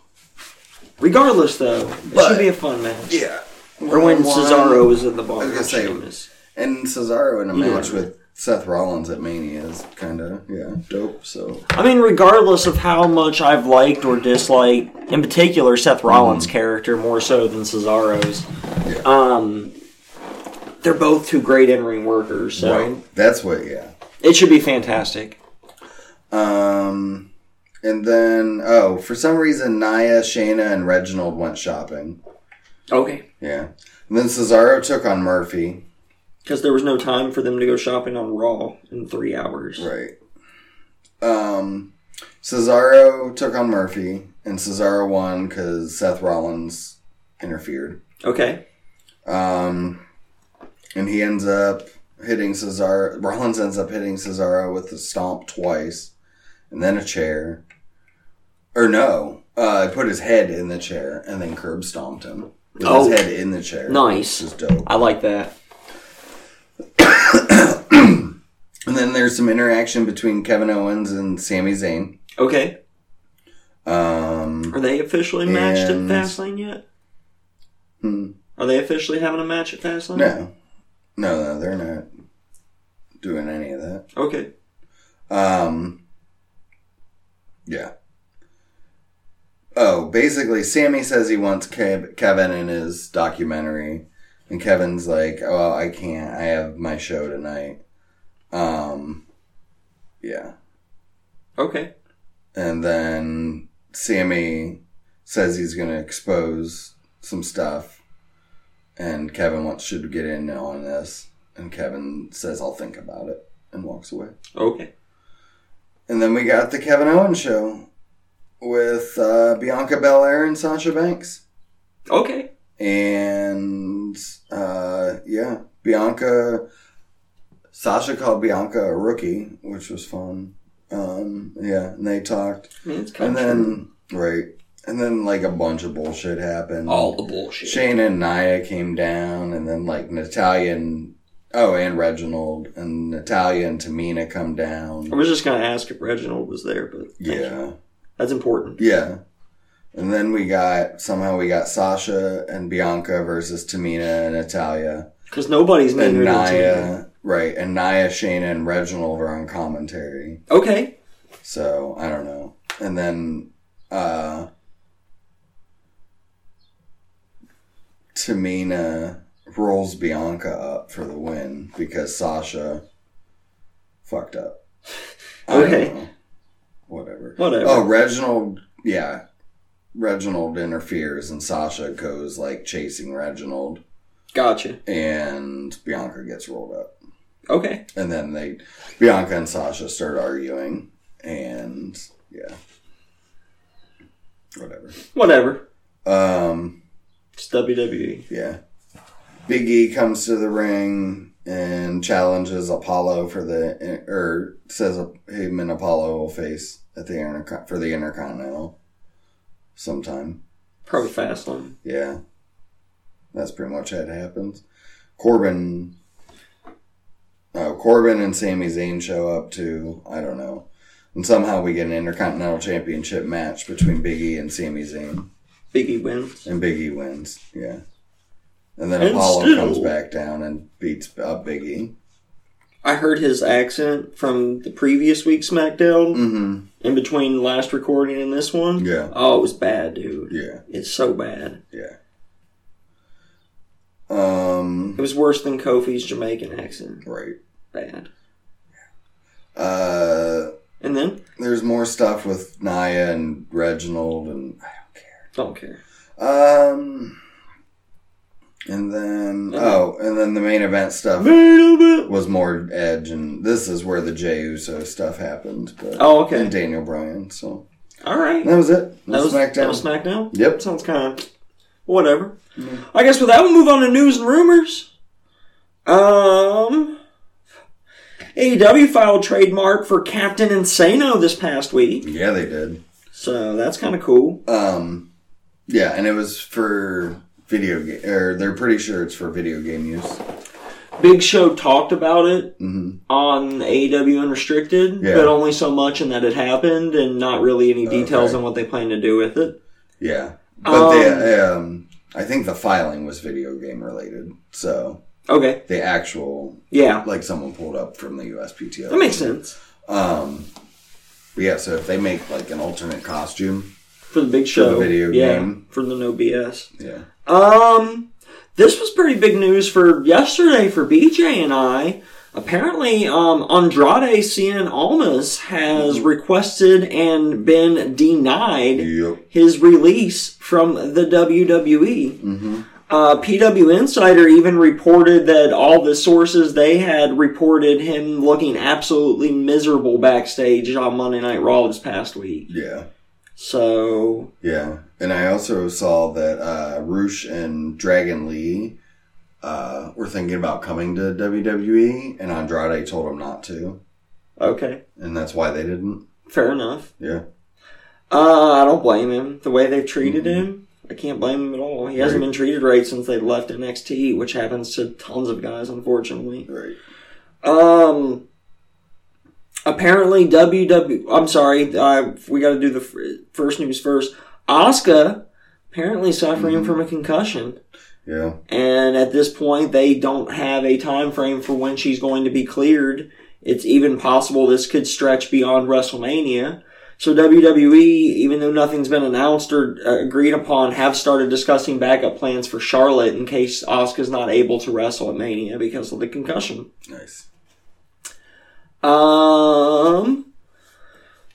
Speaker 2: regardless, though, it
Speaker 1: But-
Speaker 2: should be a fun match.
Speaker 1: Yeah,
Speaker 2: Or when
Speaker 1: One-
Speaker 2: Cesaro was at the bar
Speaker 1: I was gonna
Speaker 2: with
Speaker 1: say-
Speaker 2: Sheamus.
Speaker 1: and Cesaro in a
Speaker 2: Yeah.
Speaker 1: match with Seth Rollins at Mania is kind of yeah dope. So
Speaker 2: I mean, regardless of how much I've liked or disliked, in particular Seth Rollins'
Speaker 1: Mm-hmm.
Speaker 2: character more so than Cesaro's, um, they're both two great in-ring workers. So
Speaker 1: right, that's what yeah.
Speaker 2: it should be fantastic.
Speaker 1: Um, and then oh, for some reason Naya, Shayna, and Reginald went shopping.
Speaker 2: Okay.
Speaker 1: Yeah, and then Cesaro took on Murphy.
Speaker 2: Because there was no time for them to go shopping on Raw in three hours.
Speaker 1: Right. Um, Cesaro took on Murphy, and Cesaro won because Seth Rollins interfered.
Speaker 2: Okay.
Speaker 1: Um, and he ends up hitting Cesaro. Rollins ends up hitting Cesaro with the stomp twice, and then a chair. Or no, uh, put his head in the chair and then curb stomped him. With
Speaker 2: Oh.
Speaker 1: his head in the chair.
Speaker 2: Nice.
Speaker 1: Which is dope.
Speaker 2: I like that.
Speaker 1: And then there's some interaction between Kevin Owens and Sami Zayn.
Speaker 2: Okay.
Speaker 1: Um,
Speaker 2: Are they officially matched
Speaker 1: And-
Speaker 2: at Fastlane yet?
Speaker 1: Hmm.
Speaker 2: Are they officially having a match at Fastlane?
Speaker 1: No. No, no, they're not doing any of that.
Speaker 2: Okay.
Speaker 1: Um Yeah. Oh, basically Sammy says he wants Kev- Kevin in his documentary and Kevin's like, "Oh, I can't. I have my show tonight." Um yeah.
Speaker 2: Okay.
Speaker 1: And then Sammy says he's going to expose some stuff. And Kevin wants should get in on this. And Kevin says, I'll think about it and walks away.
Speaker 2: Okay.
Speaker 1: And then we got the Kevin Owens show with uh, Bianca Belair and Sasha Banks.
Speaker 2: Okay.
Speaker 1: And uh, yeah, Bianca. Sasha called Bianca a rookie, which was fun. Um, yeah, and they talked.
Speaker 2: I mean, it's
Speaker 1: And
Speaker 2: kind of true.
Speaker 1: then right, and then like a bunch of bullshit happened.
Speaker 2: all the bullshit.
Speaker 1: Shayna and Naya came down, and then like Natalia and oh, and Reginald and Natalia and Tamina come
Speaker 2: I
Speaker 1: down.
Speaker 2: was just gonna ask if Reginald was there, but thank you.
Speaker 1: Yeah,
Speaker 2: that's important.
Speaker 1: yeah. And then we got somehow we got Sasha and Bianca versus Tamina and Natalia
Speaker 2: Because nobody's made
Speaker 1: and
Speaker 2: her to
Speaker 1: Naya. Right, and Naya, Shayna, and Reginald are on commentary.
Speaker 2: Okay.
Speaker 1: So I don't know. And then uh Tamina rolls Bianca up for the win because Sasha fucked up. I don't
Speaker 2: Okay.
Speaker 1: know. Whatever.
Speaker 2: Whatever.
Speaker 1: Oh, Reginald yeah. Reginald interferes and Sasha goes like chasing Reginald
Speaker 2: Gotcha.
Speaker 1: and Bianca gets rolled up.
Speaker 2: Okay.
Speaker 1: And then they Bianca and Sasha start arguing and yeah. Whatever.
Speaker 2: Whatever.
Speaker 1: Um
Speaker 2: It's E. WWE.
Speaker 1: yeah. Big E comes to the ring and challenges Apollo for the or says him and Apollo will face at the intercon for the Intercontinental sometime.
Speaker 2: Probably Fastlane.
Speaker 1: Yeah. That's pretty much how it happens. Corbin. uh, Oh, Corbin and Sami Zayn show up too. I don't know. And somehow we get an Intercontinental Championship match between Big E and Sami Zayn.
Speaker 2: Biggie wins.
Speaker 1: And Big E wins. Yeah. And then
Speaker 2: And
Speaker 1: Apollo
Speaker 2: still-
Speaker 1: comes back down and beats up Big E.
Speaker 2: I heard his accent from the previous week's SmackDown
Speaker 1: Mm-hmm.
Speaker 2: in between last recording and this one.
Speaker 1: Yeah.
Speaker 2: Oh, it was bad, dude.
Speaker 1: Yeah.
Speaker 2: It's so bad.
Speaker 1: Yeah. Um.
Speaker 2: It was worse than Kofi's Jamaican accent.
Speaker 1: Right.
Speaker 2: Bad.
Speaker 1: Uh.
Speaker 2: And then
Speaker 1: There's more stuff with Naya and Reginald, and I don't care.
Speaker 2: don't care.
Speaker 1: Um, and then oh, and then the main event stuff was more Edge, and this is where the Jey Uso stuff happened. But,
Speaker 2: Oh, okay.
Speaker 1: And Daniel Bryan. So
Speaker 2: All right.
Speaker 1: that was it.
Speaker 2: That was
Speaker 1: SmackDown.
Speaker 2: That was SmackDown.
Speaker 1: Yep.
Speaker 2: That sounds kind of whatever. I guess with that, we'll move on to news and rumors. Um, AEW filed trademark for Captain Insano this past week,
Speaker 1: Yeah, they did.
Speaker 2: so that's kind of cool.
Speaker 1: Um, yeah, and it was for video game, or they're pretty sure it's for video game use.
Speaker 2: Big Show talked about it
Speaker 1: hmm
Speaker 2: on AEW Unrestricted,
Speaker 1: Yeah.
Speaker 2: but only so much in that it happened, and not really any details
Speaker 1: Okay.
Speaker 2: on what they plan to do with it.
Speaker 1: Yeah, but
Speaker 2: Um,
Speaker 1: they, um, I think the filing was video game related. So
Speaker 2: Okay,
Speaker 1: the actual
Speaker 2: yeah,
Speaker 1: like someone pulled up from the USPTO.
Speaker 2: that makes sense
Speaker 1: Um, but yeah, so if they make like an alternate costume,
Speaker 2: for the Big Show.
Speaker 1: video
Speaker 2: yeah,
Speaker 1: game.
Speaker 2: for the no BS.
Speaker 1: yeah,
Speaker 2: Um, this was pretty big news for yesterday for BJ and I. Apparently, um, Andrade Cien Almas has requested and been denied
Speaker 1: yep,
Speaker 2: his release from the WWE.
Speaker 1: Mm-hmm.
Speaker 2: Uh, PW Insider even reported that all the sources they had reported him looking absolutely miserable backstage on Monday Night Raw this past week.
Speaker 1: yeah,
Speaker 2: So,
Speaker 1: yeah. And I also saw that uh, Roosh and Dragon Lee uh, were thinking about coming to WWE, and Andrade told them not to,
Speaker 2: okay,
Speaker 1: and that's why they didn't.
Speaker 2: fair enough.
Speaker 1: Yeah,
Speaker 2: Uh, I don't blame him. The way they've treated him, I can't blame him at all. He hasn't
Speaker 1: Mm-hmm. Right.
Speaker 2: been treated right since they left NXT, which happens to tons of guys, unfortunately.
Speaker 1: right.
Speaker 2: Um, apparently WW. I'm sorry, uh, we got to do the f- first news first. Asuka apparently suffering
Speaker 1: Mm-hmm.
Speaker 2: from a concussion,
Speaker 1: Yeah,
Speaker 2: and at this point, they don't have a time frame for when she's going to be cleared. It's even possible this could stretch beyond WrestleMania. So WWE, even though nothing's been announced or uh, agreed upon, have started discussing backup plans for Charlotte in case Asuka's not able to wrestle at Mania because of the concussion.
Speaker 1: nice.
Speaker 2: Um,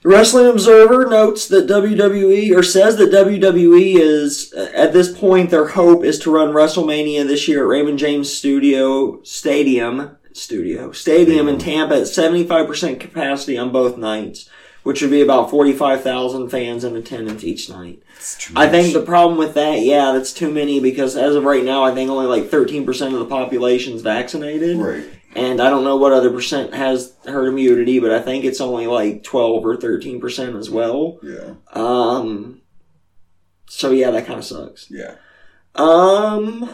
Speaker 2: the Wrestling Observer notes that WWE, or says that WWE is, at this point, their hope is to run WrestleMania this year at Raymond James Studio Stadium, Studio, Stadium in Tampa at 75% capacity on both nights, which would be about 45,000 fans in attendance each night.
Speaker 1: It's too
Speaker 2: I think
Speaker 1: much.
Speaker 2: the problem with that, yeah, that's too many because as of right now, I think only like 13% of the population's vaccinated
Speaker 1: right.
Speaker 2: and I don't know what other percent has herd immunity, but I think it's only like twelve or thirteen percent as well.
Speaker 1: Yeah,
Speaker 2: Um, so yeah, that kind of sucks.
Speaker 1: yeah.
Speaker 2: Um,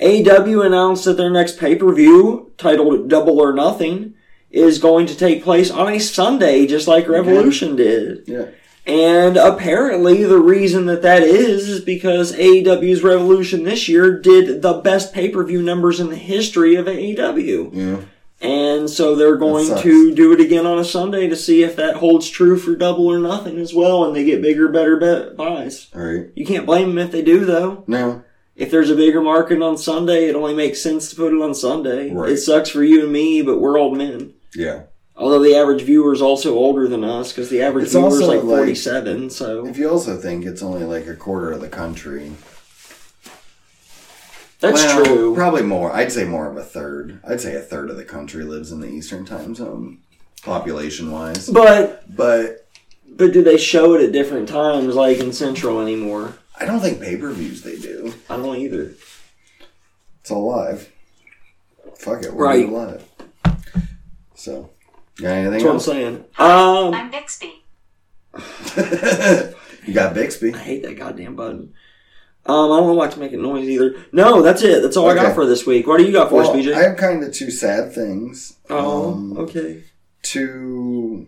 Speaker 2: AW announced that their next pay per view, titled Double or Nothing, is going to take place on a Sunday, just like Revolution did.
Speaker 1: Yeah,
Speaker 2: And apparently, the reason that that is is because AEW's Revolution this year did the best pay per view numbers in the history of E AEW.
Speaker 1: yeah,
Speaker 2: And so they're going
Speaker 1: sucks.
Speaker 2: to do it again on a Sunday to see if that holds true for double or nothing as well, and they get bigger, better bet- buys.
Speaker 1: all right.
Speaker 2: You can't blame them if they do, though.
Speaker 1: No,
Speaker 2: If there's a bigger market on Sunday, it only makes sense to put it on Sunday.
Speaker 1: Right.
Speaker 2: It sucks for you and me, but we're old men.
Speaker 1: yeah.
Speaker 2: Although the average viewer is also older than us, because the average
Speaker 1: It's
Speaker 2: viewer is
Speaker 1: also
Speaker 2: like
Speaker 1: like-
Speaker 2: 47, so.
Speaker 1: If you also think it's only like a quarter of the country,
Speaker 2: That's
Speaker 1: Well,
Speaker 2: true.
Speaker 1: Probably more. I'd say more of a third. I'd say a third of the country lives in the Eastern Time Zone, population wise.
Speaker 2: But
Speaker 1: But
Speaker 2: but do they show it at different times, like in Central anymore?
Speaker 1: I don't think pay per views they do.
Speaker 2: I don't either.
Speaker 1: It's all live. Fuck it, we're
Speaker 2: Right.
Speaker 1: live. So, got anything
Speaker 2: That's what I'm
Speaker 1: else?
Speaker 2: saying. Um,
Speaker 3: I'm Bixby.
Speaker 1: [laughs] you got Bixby.
Speaker 2: I hate that goddamn button. Um, I don't know why it's making noise either. No, that's it. That's all I got
Speaker 1: Okay.
Speaker 2: for this week. What do you got for
Speaker 1: Well, um,
Speaker 2: us, BJ?
Speaker 1: I have kind of two sad things.
Speaker 2: oh,
Speaker 1: Um,
Speaker 2: okay.
Speaker 1: Two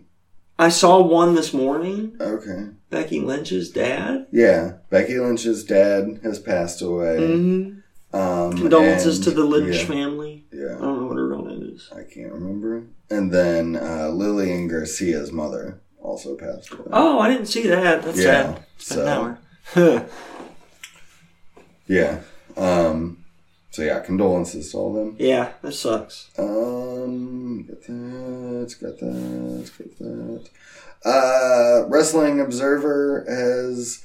Speaker 2: Oh, I saw one this morning.
Speaker 1: Okay.
Speaker 2: Becky Lynch's dad.
Speaker 1: Yeah. Becky Lynch's dad has passed away.
Speaker 2: Mm-hmm.
Speaker 1: Um,
Speaker 2: Condolences
Speaker 1: and-
Speaker 2: to the Lynch
Speaker 1: yeah,
Speaker 2: family. I
Speaker 1: Yeah.
Speaker 2: don't know what her real name is.
Speaker 1: I can't remember. And then uh, Lillian Garcia's mother also passed away.
Speaker 2: Oh, I didn't see that. That's
Speaker 1: yeah.
Speaker 2: sad. Been that
Speaker 1: So,
Speaker 2: one.
Speaker 1: [laughs]
Speaker 2: Huh.
Speaker 1: yeah. Um, so, yeah, condolences to all of them.
Speaker 2: yeah, that sucks.
Speaker 1: Um, got that, got that, got that. Uh, Wrestling Observer has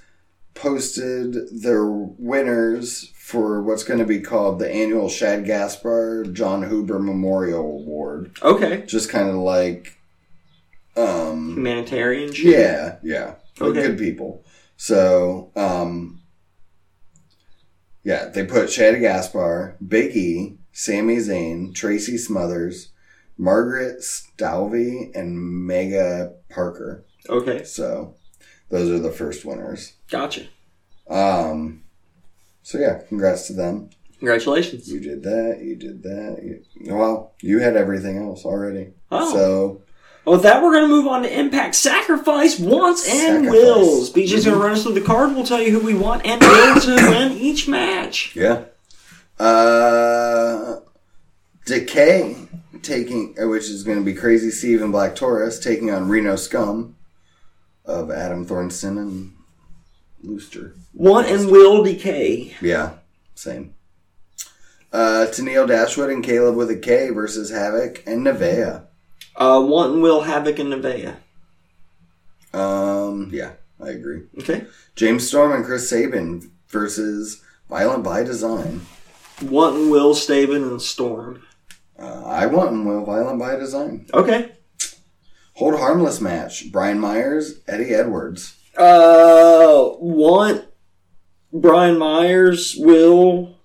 Speaker 1: posted their winners for what's going to be called the annual Shad Gaspar John Huber Memorial Award.
Speaker 2: Okay.
Speaker 1: Just kind of like, um,
Speaker 2: Humanitarian shit.
Speaker 1: yeah, yeah, like
Speaker 2: Okay.
Speaker 1: good people. So, um, yeah, they put Shad Gaspar, Big E, Sami Zayn, Tracy Smothers, Margaret Stalvey, and Mega Parker.
Speaker 2: Okay.
Speaker 1: So, those are the first winners.
Speaker 2: Gotcha.
Speaker 1: Um, so yeah, congrats to them.
Speaker 2: Congratulations.
Speaker 1: You did that. You did that. You, well, you had everything else already.
Speaker 2: Oh.
Speaker 1: So
Speaker 2: Well, with that, we're going to move on to Impact Sacrifice Wants and
Speaker 1: Sacrifice.
Speaker 2: Wills. BJ's going to run us through the card. We'll tell you who we want and will to win each match.
Speaker 1: Yeah. Uh, Decay taking, uh, which is going to be Crazy Steve and Black Taurus taking on Reno Scum of Adam Thornton and Looster.
Speaker 2: Want and will decay.
Speaker 1: Yeah, same. Uh, Tennille Dashwood and Caleb with a K versus Havoc and Nevaeh.
Speaker 2: Uh, want and will havoc and Nevaeh.
Speaker 1: Um, yeah, I agree.
Speaker 2: Okay.
Speaker 1: James Storm and Chris Sabin versus Violent by Design.
Speaker 2: Want and will Staven and Storm.
Speaker 1: Uh, I want and will Violent by Design.
Speaker 2: Okay.
Speaker 1: Hold harmless match. Brian Myers, Eddie Edwards.
Speaker 2: Uh, want Brian Myers will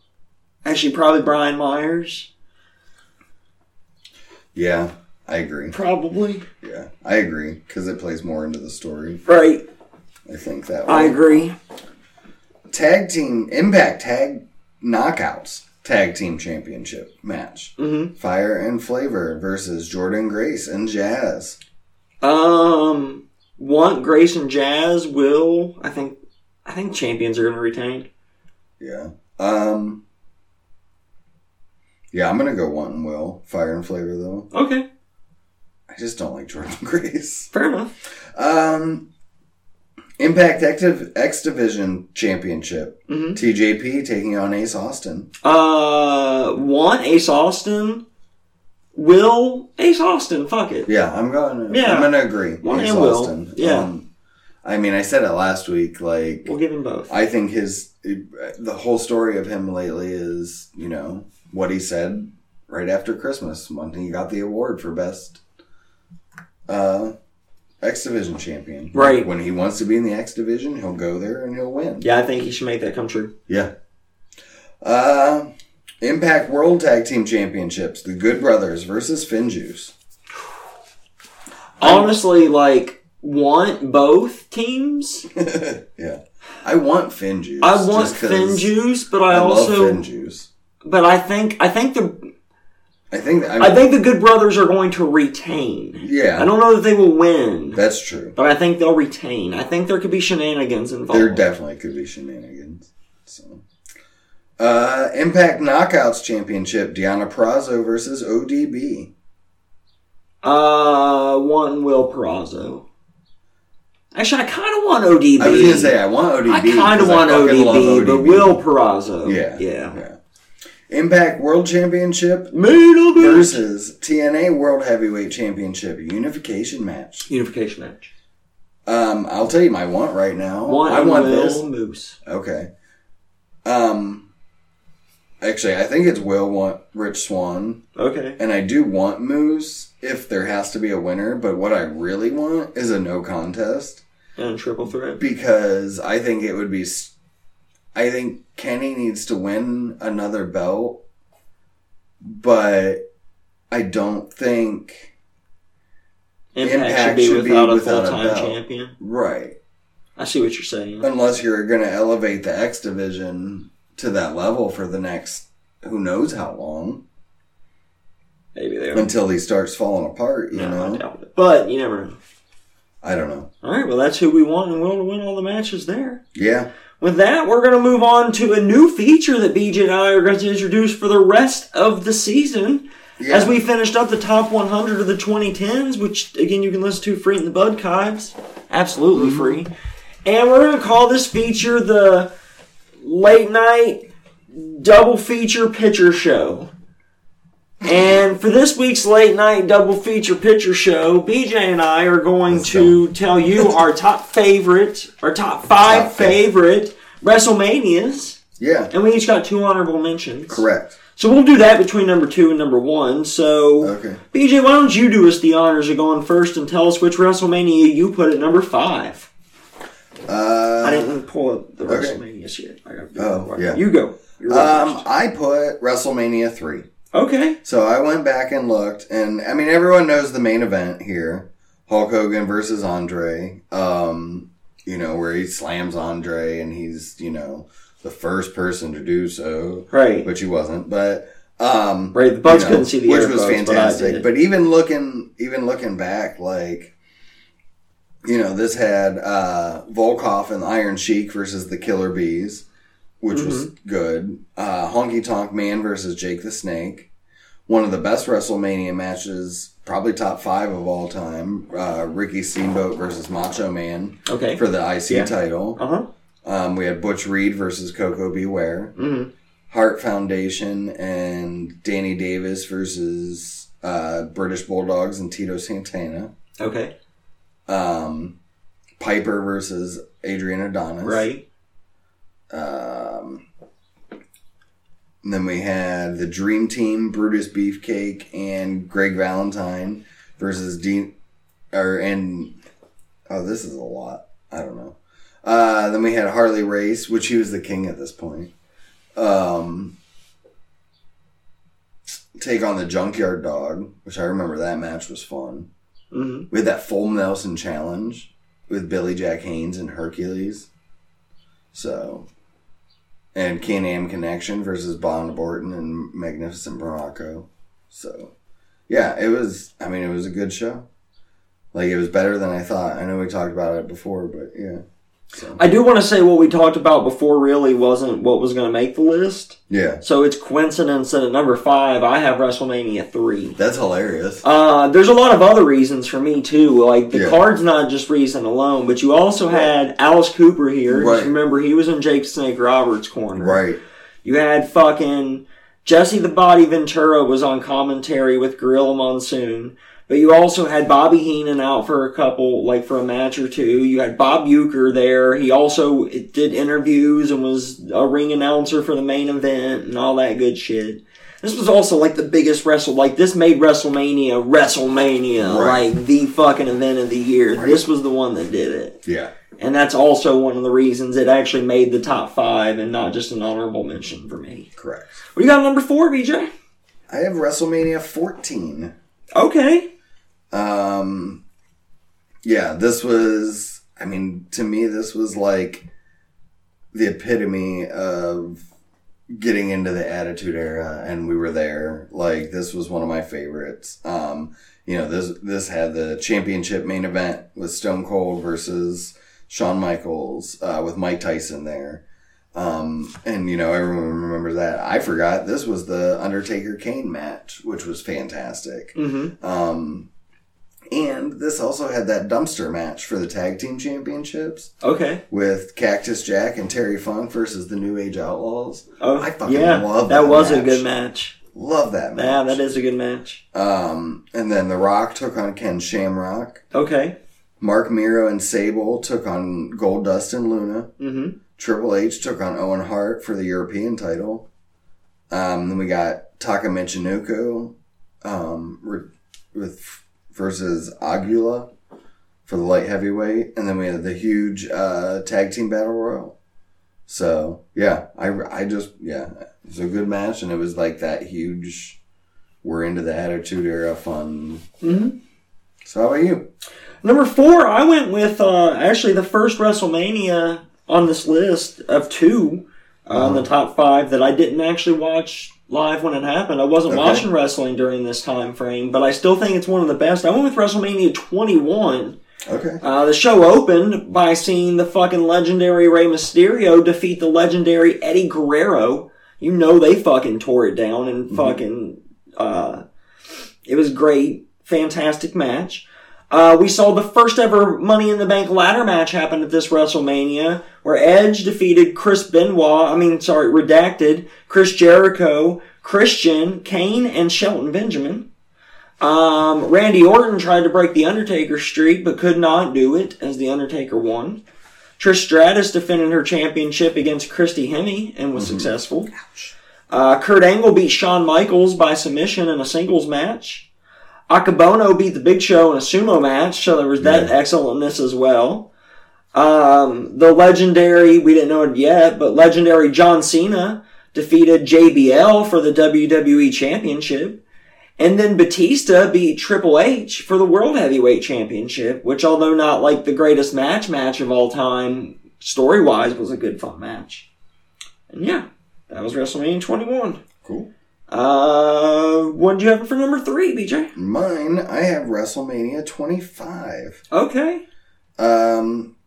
Speaker 2: actually probably Brian Myers
Speaker 1: Yeah, I agree.
Speaker 2: probably
Speaker 1: Yeah, I agree because it plays more into the story.
Speaker 2: right.
Speaker 1: I think that.
Speaker 2: I
Speaker 1: way.
Speaker 2: agree.
Speaker 1: Tag team Impact Tag Knockouts Tag Team Championship match.
Speaker 2: Mm-hmm.
Speaker 1: Fire and Flavor versus Jordan Grace and Jazz.
Speaker 2: Um, want Grace and Jazz will I think I think champions are going to retain.
Speaker 1: Yeah. Um. Yeah, I'm gonna go one and will Fire and Flavor though.
Speaker 2: Okay,
Speaker 1: I just don't like Jordan [laughs] Grace.
Speaker 2: fair enough.
Speaker 1: Um. Impact Active X Division Championship.
Speaker 2: hmm
Speaker 1: TJP taking on Ace Austin.
Speaker 2: Uh, want Ace Austin will Ace Austin. Fuck it.
Speaker 1: Yeah, I'm going. To,
Speaker 2: Yeah.
Speaker 1: I'm going to agree.
Speaker 2: Well,
Speaker 1: Ace
Speaker 2: I will.
Speaker 1: Austin.
Speaker 2: Yeah.
Speaker 1: Um, I mean, I said it last week. Like,
Speaker 2: We'll give him both.
Speaker 1: I think his the whole story of him lately is you know what he said right after Christmas when he got the award for best uh, X Division champion.
Speaker 2: Right.
Speaker 1: When he wants to be in the X Division, he'll go there and he'll win.
Speaker 2: Yeah, I think he should make that come true.
Speaker 1: Yeah. Uh, Impact World Tag Team Championships: The Good Brothers versus Finjuice.
Speaker 2: Honestly, like want both teams.
Speaker 1: yeah. I want fin juice.
Speaker 2: I want
Speaker 1: just 'cause
Speaker 2: Finn Juice, but
Speaker 1: I,
Speaker 2: I, also
Speaker 1: love fin juice.
Speaker 2: but I think I think the
Speaker 1: I think that, I,
Speaker 2: I think the Good Brothers are going to retain.
Speaker 1: yeah,
Speaker 2: I don't know that they will win.
Speaker 1: that's true.
Speaker 2: But I think they'll retain. I think there could be shenanigans involved.
Speaker 1: There definitely could be shenanigans. So. Uh, Impact Knockouts Championship: Deanna Prazo versus ODB.
Speaker 2: uh, one Will Perazzo. Actually, I kind of want ODB.
Speaker 1: I was gonna say I want ODB.
Speaker 2: I kind
Speaker 1: 'cause
Speaker 2: of want
Speaker 1: fucking
Speaker 2: ODB,
Speaker 1: love
Speaker 2: but Will Perazzo.
Speaker 1: Yeah,
Speaker 2: yeah.
Speaker 1: yeah. Impact World Championship
Speaker 2: Middle bit.
Speaker 1: versus TNA World Heavyweight Championship unification match.
Speaker 2: unification match.
Speaker 1: Um, I'll tell you my want right now.
Speaker 2: One
Speaker 1: Oh, I want
Speaker 2: Will
Speaker 1: this.
Speaker 2: Moose.
Speaker 1: Okay. Um. Actually, I think it's Will want Rich Swan,
Speaker 2: Okay.
Speaker 1: and I do want Moose if there has to be a winner. But what I really want is a no contest
Speaker 2: And triple threat.
Speaker 1: because I think it would be. s- I think Kenny needs to win another belt, but I don't think
Speaker 2: Impact, should
Speaker 1: Impact
Speaker 2: be
Speaker 1: should be
Speaker 2: without a
Speaker 1: without a
Speaker 2: full-time
Speaker 1: belt.
Speaker 2: champion.
Speaker 1: right.
Speaker 2: I see what you're saying.
Speaker 1: unless you're going to elevate the X division to that level for the next who knows how long
Speaker 2: Maybe they. will.
Speaker 1: until he starts falling apart, you
Speaker 2: No, I
Speaker 1: know.
Speaker 2: doubt it. But you never know.
Speaker 1: I don't know.
Speaker 2: All right, well, that's who we want, and we'll win all the matches there.
Speaker 1: Yeah.
Speaker 2: With that, we're going to move on to a new feature that BJ and I are going to introduce for the rest of the season.
Speaker 1: yeah.
Speaker 2: As we finished up the top 100 of the 2010s, which again you can listen to free in the Budkives, absolutely
Speaker 1: Mm-hmm.
Speaker 2: free. And we're going to call this feature the late night double feature picture show. And for this week's late night double feature picture show, BJ and I are going
Speaker 1: Let's
Speaker 2: to tell you our top favorite, our top five
Speaker 1: Top five.
Speaker 2: favorite WrestleManias,
Speaker 1: yeah.
Speaker 2: and we each got two honorable mentions.
Speaker 1: Correct.
Speaker 2: So we'll do that between number two and number one. So,
Speaker 1: Okay.
Speaker 2: BJ, why don't you do us the honors of going first and tell us which WrestleMania you put at number five? I
Speaker 1: Uh,
Speaker 2: didn't pull up the
Speaker 1: Okay.
Speaker 2: WrestleMania shit. I gotta do
Speaker 1: Oh,
Speaker 2: that.
Speaker 1: yeah.
Speaker 2: You go. You're up
Speaker 1: um, I put WrestleMania 3.
Speaker 2: first. okay.
Speaker 1: So I went back and looked, and I mean, everyone knows the main event here Hulk Hogan versus Andre. Um, you know, where he slams Andre and he's, you know, the first person to do so,
Speaker 2: Right.
Speaker 1: which he wasn't, but. Um,
Speaker 2: Right. The Bucks couldn't see the
Speaker 1: which
Speaker 2: air
Speaker 1: was
Speaker 2: quotes, but I
Speaker 1: fantastic.
Speaker 2: did.
Speaker 1: But, even looking, even looking back, like you know, this had uh, Volkoff and Iron Sheik versus the Killer Bees, which was
Speaker 2: Mm-hmm.
Speaker 1: good. Uh, Honky Tonk Man versus Jake the Snake, one of the best WrestleMania matches, probably top five of all time. Uh, Ricky Steamboat versus Macho Man
Speaker 2: Okay.
Speaker 1: for the IC
Speaker 2: Yeah.
Speaker 1: title.
Speaker 2: Uh huh.
Speaker 1: Um, we had Butch Reed versus Coco Beware.
Speaker 2: Mhm.
Speaker 1: Hart Foundation and Danny Davis versus uh, British Bulldogs and Tito Santana.
Speaker 2: Okay.
Speaker 1: Um, Piper versus Adrian Adonis.
Speaker 2: Right.
Speaker 1: Um, and then we had the Dream Team, Brutus Beefcake and Greg Valentine versus Dean, or and oh, this is a lot. I don't know. Uh, then we had Harley Race, which he was the king at this point. Um, take on the Junkyard Dog, which I remember that match was fun.
Speaker 2: Mm-hmm.
Speaker 1: We had that full Nelson challenge with Billy Jack Haynes and Hercules. So, and Can Am Connection versus Bond Borton and Magnificent Morocco. So, yeah, it was, I mean, it was a good show. Like, it was better than I thought. I know we talked about it before, but yeah. So,
Speaker 2: I do want to say what we talked about before really wasn't what was going to make the list.
Speaker 1: yeah,
Speaker 2: So it's coincidence that at number five I have WrestleMania three.
Speaker 1: that's hilarious.
Speaker 2: Uh, there's a lot of other reasons for me too. Like the
Speaker 1: Yeah.
Speaker 2: card's not just reason alone, but you also had Alice Cooper here. Just
Speaker 1: Right.
Speaker 2: Remember, he was in Jake Snake Roberts' corner.
Speaker 1: Right.
Speaker 2: You had fucking Jesse the Body Ventura was on commentary with Gorilla Monsoon. But you also had Bobby Heenan out for a couple, like for a match or two. You had Bob Euchre there. He also did interviews and was a ring announcer for the main event and all that good shit. This was also like the biggest wrestle. Like this made WrestleMania WrestleMania,
Speaker 1: Right.
Speaker 2: like the fucking event of the year. This was the one that did it.
Speaker 1: Yeah.
Speaker 2: And that's also one of the reasons it actually made the top five and not just an honorable mention for me.
Speaker 1: Correct.
Speaker 2: What do you got number four, BJ?
Speaker 1: I have WrestleMania 14.
Speaker 2: Okay.
Speaker 1: Um, yeah, this was, I mean, to me, this was like the epitome of getting into the Attitude Era, and we were there. Like, this was one of my favorites. Um, you know, this, this had the championship main event with Stone Cold versus Shawn Michaels, uh, with Mike Tyson there. Um, and you know, everyone remembers that. I forgot this was the Undertaker Kane match, which was fantastic.
Speaker 2: Mm-hmm.
Speaker 1: Um, and this also had that dumpster match for the tag team championships
Speaker 2: Okay.
Speaker 1: with Cactus Jack and Terry Funk versus the New Age Outlaws.
Speaker 2: Oh,
Speaker 1: I fucking
Speaker 2: yeah.
Speaker 1: love
Speaker 2: that.
Speaker 1: that
Speaker 2: was a
Speaker 1: match.
Speaker 2: good match.
Speaker 1: Love that match.
Speaker 2: Yeah, that is a good match.
Speaker 1: Um, and then The Rock took on Ken Shamrock.
Speaker 2: Okay.
Speaker 1: Mark Miro and Sable took on Gold Dust and Luna.
Speaker 2: Mm-hmm.
Speaker 1: Triple H took on Owen Hart for the European title. Um, then we got Taka Michinoku um, re- with versus Aguila for the light heavyweight, and then we had the huge uh, tag team battle royal. So yeah, I, I just yeah, it was a good match, and it was like that huge. We're into the Attitude Era fun.
Speaker 2: Mhm.
Speaker 1: So how about you?
Speaker 2: Number four, I went with uh, actually the first WrestleMania on this list of two uh,
Speaker 1: Uh-huh.
Speaker 2: in the top five that I didn't actually watch live when it happened. I wasn't
Speaker 1: Okay.
Speaker 2: watching wrestling during this time frame, but I still think it's one of the best. I went with WrestleMania 21.
Speaker 1: Okay.
Speaker 2: Uh, the show opened by seeing the fucking legendary Rey Mysterio defeat the legendary Eddie Guerrero. You know they fucking tore it down and fucking. Uh, it was great, fantastic match. Uh, we saw the first ever Money in the Bank ladder match happen at this WrestleMania, where Edge defeated Chris Benoit. I mean, sorry, redacted Chris Jericho, Christian, Kane, and Shelton Benjamin. Um, Randy Orton tried to break the Undertaker streak, but could not do it as the Undertaker won. Trish Stratus defended her championship against Christy Hemme and was successful. Uh, Kurt Angle beat Shawn Michaels by submission in a singles match. Akabono beat the Big Show in a sumo match, so there was that excellentness as well. Um, the legendary, we didn't know it yet, but legendary John Cena defeated JBL for the WWE Championship. And then Batista beat Triple H for the World Heavyweight Championship, which, although not like the greatest match match of all time, story wise, was a good fun match. And yeah, that was WrestleMania 21.
Speaker 1: Cool.
Speaker 2: Uh, what did you have for number three, BJ?
Speaker 1: Mine, I have WrestleMania 25.
Speaker 2: Okay.
Speaker 1: Um,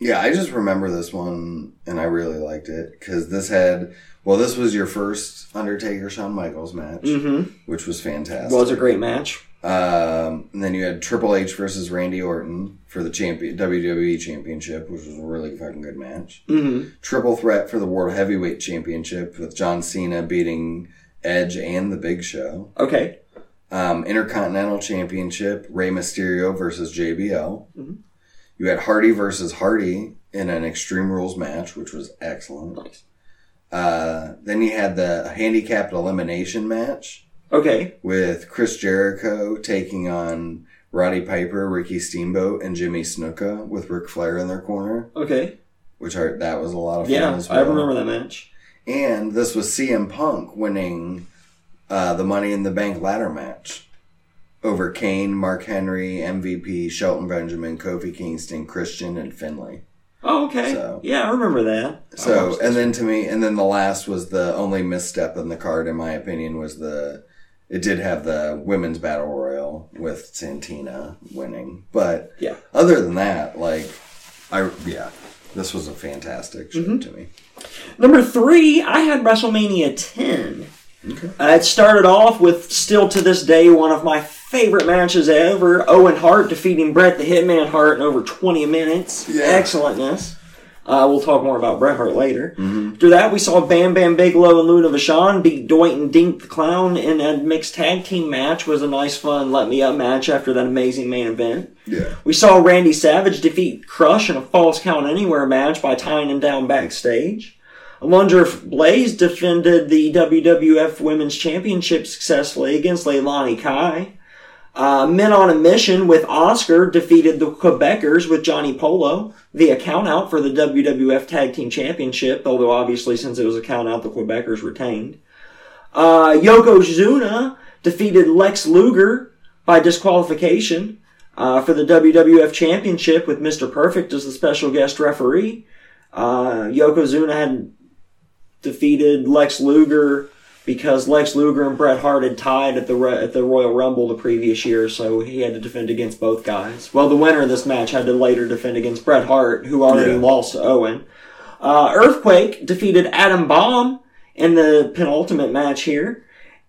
Speaker 1: yeah, I just remember this one and I really liked it because this had, well, this was your first Undertaker Shawn Michaels match,
Speaker 2: Mm-hmm.
Speaker 1: which was fantastic.
Speaker 2: Was a great match.
Speaker 1: Um, and then you had Triple H versus Randy Orton for the champion WWE E Championship, which was a really fucking good match.
Speaker 2: Mm-hmm.
Speaker 1: Triple threat for the World Heavyweight Championship with John Cena beating Edge and The Big Show.
Speaker 2: Okay.
Speaker 1: Um, Intercontinental Championship, Rey Mysterio versus JBL.
Speaker 2: Mhm.
Speaker 1: You had Hardy versus Hardy in an Extreme Rules match, which was excellent.
Speaker 2: Nice.
Speaker 1: Uh, then you had the handicapped elimination match
Speaker 2: Okay.
Speaker 1: with Chris Jericho taking on Roddy Piper, Ricky Steamboat, and Jimmy Snuka with Ric Flair in their corner,
Speaker 2: Okay.
Speaker 1: which are, that was a lot of fun
Speaker 2: Yeah,
Speaker 1: as well.
Speaker 2: I remember that match.
Speaker 1: And this was CM Punk winning uh, the Money in the Bank ladder match over Kane, Mark Henry, MVP, Shelton Benjamin, Kofi Kingston, Christian, and Finley.
Speaker 2: Oh, okay.
Speaker 1: So-
Speaker 2: yeah, I remember that. I
Speaker 1: So,
Speaker 2: watched
Speaker 1: and
Speaker 2: this.
Speaker 1: then to me, and then the last was the only misstep in the card, in my opinion, was the. It did have the women's battle royal with Santina winning, but
Speaker 2: Yeah.
Speaker 1: Other than that, like, I yeah, this was a fantastic show
Speaker 2: Mm-hmm.
Speaker 1: to me.
Speaker 2: Number three, I had WrestleMania 10.
Speaker 1: Okay.
Speaker 2: Uh, it started off with still to this day one of my favorite matches ever Owen Hart defeating Bret the Hitman Hart in over 20 minutes.
Speaker 1: Yeah.
Speaker 2: Excellentness. Uh, we'll talk more about Bret Hart later.
Speaker 1: Mm-hmm.
Speaker 2: After that, we saw Bam Bam Bigelow and Luna Vachon beat Doit and Dink the Clown in a mixed tag team match. It was a nice, fun, let me up match after that amazing main event.
Speaker 1: Yeah.
Speaker 2: We saw Randy Savage defeat Crush in a false count anywhere match by tying him down backstage. Alundra Blaze defended the WWF Women's Championship successfully against Leilani Kai. Uh, Men on a Mission with Oscar defeated the Quebecers with Johnny Polo via countout for the WWF Tag Team Championship, although obviously since it was a countout, the Quebecers retained. Uh, Yokozuna defeated Lex Luger by disqualification uh, for the WWF Championship with Mr. Perfect as the special guest referee. Uh, Yokozuna had defeated Lex Luger because Lex Luger and Bret Hart had tied at the Ro- at the Royal Rumble the previous year, so he had to defend against both guys. Well, the winner of this match had to later defend against Bret Hart, who already
Speaker 1: Yeah.
Speaker 2: lost to Owen. Uh, Earthquake defeated Adam Bomb in the penultimate match here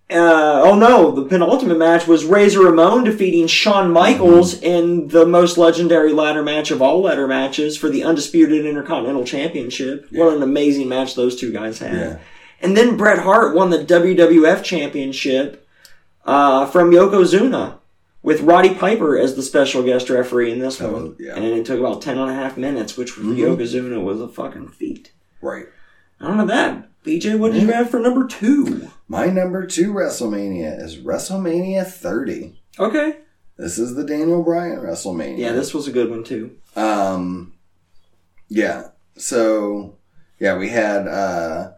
Speaker 2: uh, oh no, the penultimate match was Razor Ramon defeating Shawn Michaels in the most legendary ladder match of all ladder matches for the undisputed Intercontinental Championship. What an amazing match those two guys had.
Speaker 1: Yeah.
Speaker 2: And then Bret Hart won the WWF Championship uh, from Yokozuna with Roddy Piper as the special guest referee in this
Speaker 1: That
Speaker 2: one.
Speaker 1: was- yeah. Mm-hmm.
Speaker 2: And it took about ten and a half minutes, which for Yokozuna was a fucking feat.
Speaker 1: Right.
Speaker 2: I don't know that. BJ, what did you have for number two?
Speaker 1: My number two WrestleMania is WrestleMania 30.
Speaker 2: Okay.
Speaker 1: This is the Daniel Bryan WrestleMania.
Speaker 2: Yeah, this was a good one too.
Speaker 1: Um, yeah. So, yeah, we had uh,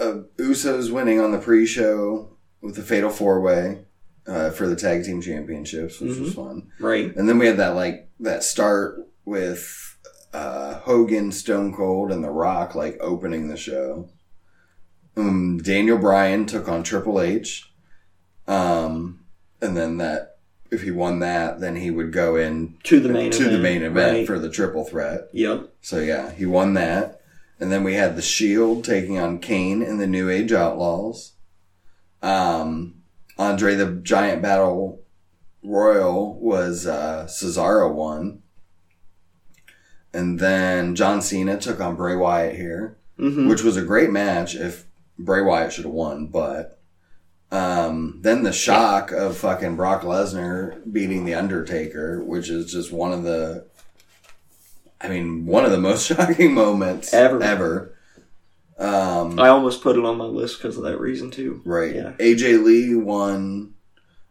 Speaker 1: uh Usos winning on the pre-show with the Fatal Four Way uh, for the Tag Team Championships, which
Speaker 2: Mm-hmm.
Speaker 1: was fun.
Speaker 2: Right.
Speaker 1: And then we had that like that start with uh, Hogan, Stone Cold, and The Rock like opening the show. Um, Daniel Bryan took on Triple H, um, and then that if he won that, then he would go in
Speaker 2: to the main
Speaker 1: to
Speaker 2: event.
Speaker 1: the main event
Speaker 2: right?
Speaker 1: for the triple threat.
Speaker 2: yep.
Speaker 1: So yeah, he won that, and then we had the Shield taking on Kane and the New Age Outlaws. Um, Andre the Giant Battle Royal was uh, Cesaro won, and then John Cena took on Bray Wyatt here
Speaker 2: hmm
Speaker 1: which was a great match if Bray Wyatt should have won, but um, then the shock of fucking Brock Lesnar beating the Undertaker, which is just one of the, I mean, one of the most [laughs] shocking moments
Speaker 2: Ever.
Speaker 1: Ever. Um,
Speaker 2: I almost put it on my list because of that reason too.
Speaker 1: right.
Speaker 2: yeah.
Speaker 1: AJ Lee won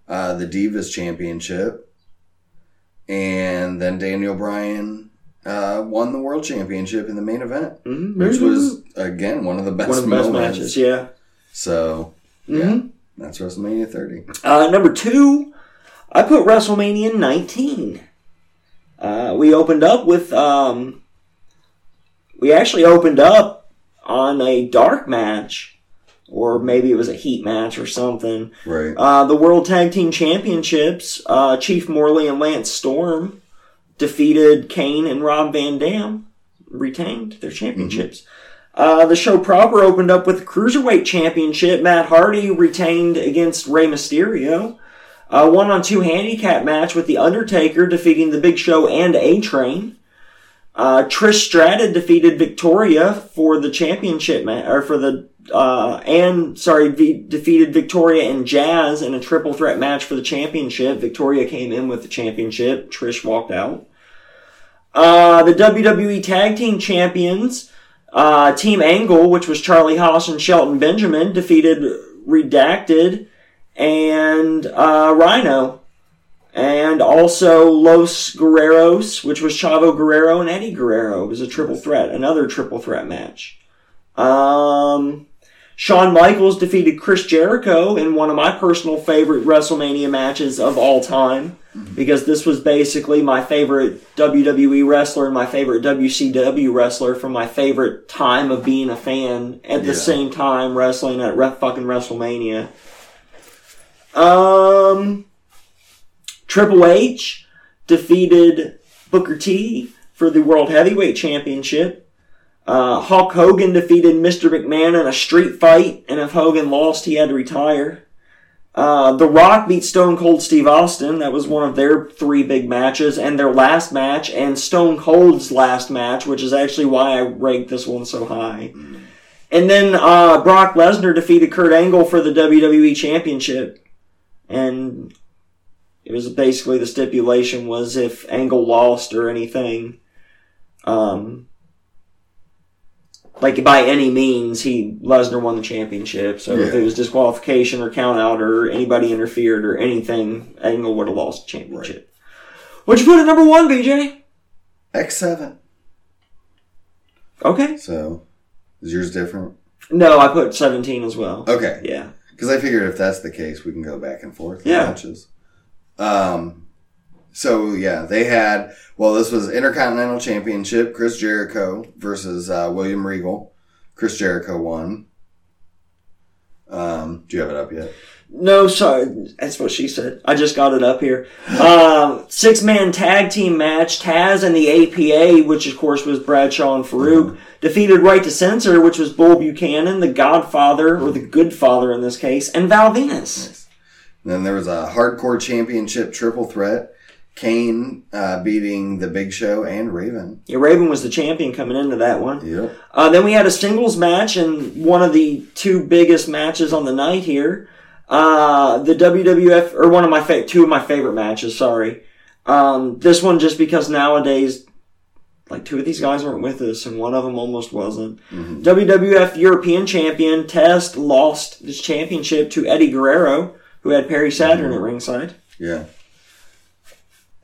Speaker 1: uh, the Divas Championship, and then Daniel Bryan uh, won the World Championship in the main event,
Speaker 2: hmm
Speaker 1: which was again one of the best
Speaker 2: one of the best
Speaker 1: moments.
Speaker 2: matches. Yeah.
Speaker 1: So
Speaker 2: Mhm.
Speaker 1: that's WrestleMania 30.
Speaker 2: Uh, number two, I put WrestleMania 19. Uh, we opened up with, um, we actually opened up on a dark match, or maybe it was a heat match or something.
Speaker 1: Right.
Speaker 2: Uh, the World Tag Team Championships, uh, Chief Morley and Lance Storm defeated Kane and Rob Van Dam, retained their championships. Uh, the show proper opened up with the Cruiserweight Championship. Matt Hardy retained against Rey Mysterio. A one on two handicap match with The Undertaker defeating The Big Show and A Train. Uh, Trish Stratus defeated Victoria for the championship match, or for the, uh, and, sorry, v- defeated Victoria and Jazz in a triple threat match for the championship. Victoria came in with the championship. Trish walked out. Uh, the WWE Tag Team Champions, uh, Team Angle, which was Charlie Haas and Shelton Benjamin, defeated Redacted and uh, Rhino. And also Los Guerreros, which was Chavo Guerrero and Eddie Guerrero. It was a triple threat, another triple threat match. Um, Shawn Michaels defeated Chris Jericho in one of my personal favorite WrestleMania matches of all time, because this was basically my favorite WWE wrestler and my favorite WCW wrestler from my favorite time of being a fan at the
Speaker 1: Yeah.
Speaker 2: same time wrestling at re- fucking WrestleMania. Um, Triple H defeated Booker T for the World Heavyweight Championship. Uh, Hulk Hogan defeated Mr. McMahon in a street fight, and if Hogan lost, he had to retire. Uh, the Rock beat Stone Cold Steve Austin. That was one of their three big matches, and their last match, and Stone Cold's last match, which is actually why I ranked this one so high. And then uh, Brock Lesnar defeated Kurt Angle for the WWE Championship, and it was basically the stipulation was if Angle lost or anything, um, like by any means he Lesnar won the championship. So if
Speaker 1: Yeah.
Speaker 2: it was disqualification or count out or anybody interfered or anything, Angle would have lost the championship. What'd you put at number one, BJ?
Speaker 1: X7.
Speaker 2: Okay.
Speaker 1: So is yours different?
Speaker 2: No, I put seventeen as well.
Speaker 1: Okay.
Speaker 2: Yeah.
Speaker 1: Because I figured if that's the case, we can go back and forth. with
Speaker 2: Yeah.
Speaker 1: Matches. Um, so yeah, they had, well, this was Intercontinental Championship, Chris Jericho versus uh, William Regal. Chris Jericho won. Um, do you have it up yet?
Speaker 2: No, sorry. That's what she said. I just got it up here. Um, six man tag team match. Taz and the APA, which of course was Bradshaw and Farouk, defeated Right to Censor, which was Bull Buchanan, the Godfather, or the Good Father in this case, and Val Venus.
Speaker 1: And then there was a Hardcore Championship triple threat. Kane uh, beating the Big Show and Raven.
Speaker 2: Yeah, Raven was the champion coming into that one.
Speaker 1: Yep.
Speaker 2: Uh, then we had a singles match and one of the two biggest matches on the night here. Uh, the WWF, or one of my fa- two of my favorite matches, sorry. Um, this one just because nowadays, like two of these guys weren't with us and one of them almost wasn't. WWF European Champion Test lost this championship to Eddie Guerrero, who had Perry Saturn at ringside.
Speaker 1: Yeah.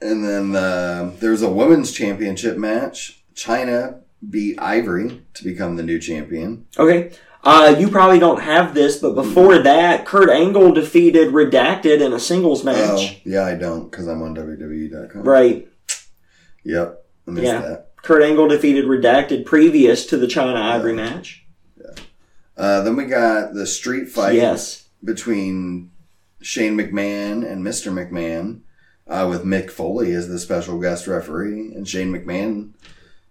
Speaker 1: And then uh, there was a women's championship match. China beat Ivory to become the new champion.
Speaker 2: Okay. Uh, you probably don't have this, but before that, Kurt Angle defeated Redacted in a singles
Speaker 1: Oh,
Speaker 2: match.
Speaker 1: yeah, I don't because I'm on WWE.com.
Speaker 2: Right.
Speaker 1: Yep. I missed
Speaker 2: Yeah.
Speaker 1: that.
Speaker 2: Kurt Angle defeated Redacted previous to the China
Speaker 1: Oh,
Speaker 2: Ivory match.
Speaker 1: Uh, then we got the street fight
Speaker 2: Yes.
Speaker 1: between Shane McMahon and Mr. McMahon. uh, with Mick Foley as the special guest referee and Shane McMahon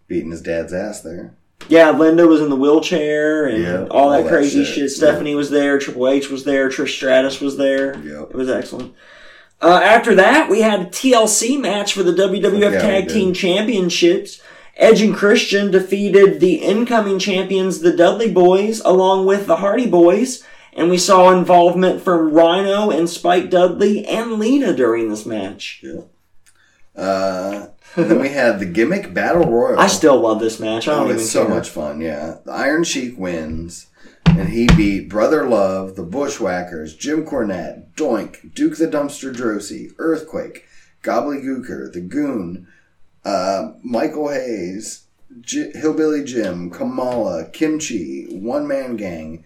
Speaker 1: beating his dad's ass there.
Speaker 2: Yeah, Linda was in the wheelchair and
Speaker 1: Yeah,
Speaker 2: all that
Speaker 1: all that
Speaker 2: crazy
Speaker 1: shit.
Speaker 2: shit. Stephanie was there. Triple H was there. Trish Stratus was there.
Speaker 1: Yep.
Speaker 2: It was excellent. Uh, after that, we had a TLC match for the WWF
Speaker 1: Yeah, we
Speaker 2: Tag
Speaker 1: did.
Speaker 2: Team Championships. Edge and Christian defeated the incoming champions, the Dudley Boys, along with the Hardy Boys. And we saw involvement from Rhino and Spike Dudley and Lita during this match.
Speaker 1: Uh, and then we had the gimmick battle royal.
Speaker 2: I still love this match. I don't
Speaker 1: Oh,
Speaker 2: even
Speaker 1: it's so
Speaker 2: care.
Speaker 1: much fun, yeah. The Iron Sheik wins, and he beat Brother Love, the Bushwhackers, Jim Cornette, Doink, Duke the Dumpster Drosy, Earthquake, Gobbledygooker, The Goon, uh, Michael Hayes, J- Hillbilly Jim, Kamala, Kimchi, One Man Gang,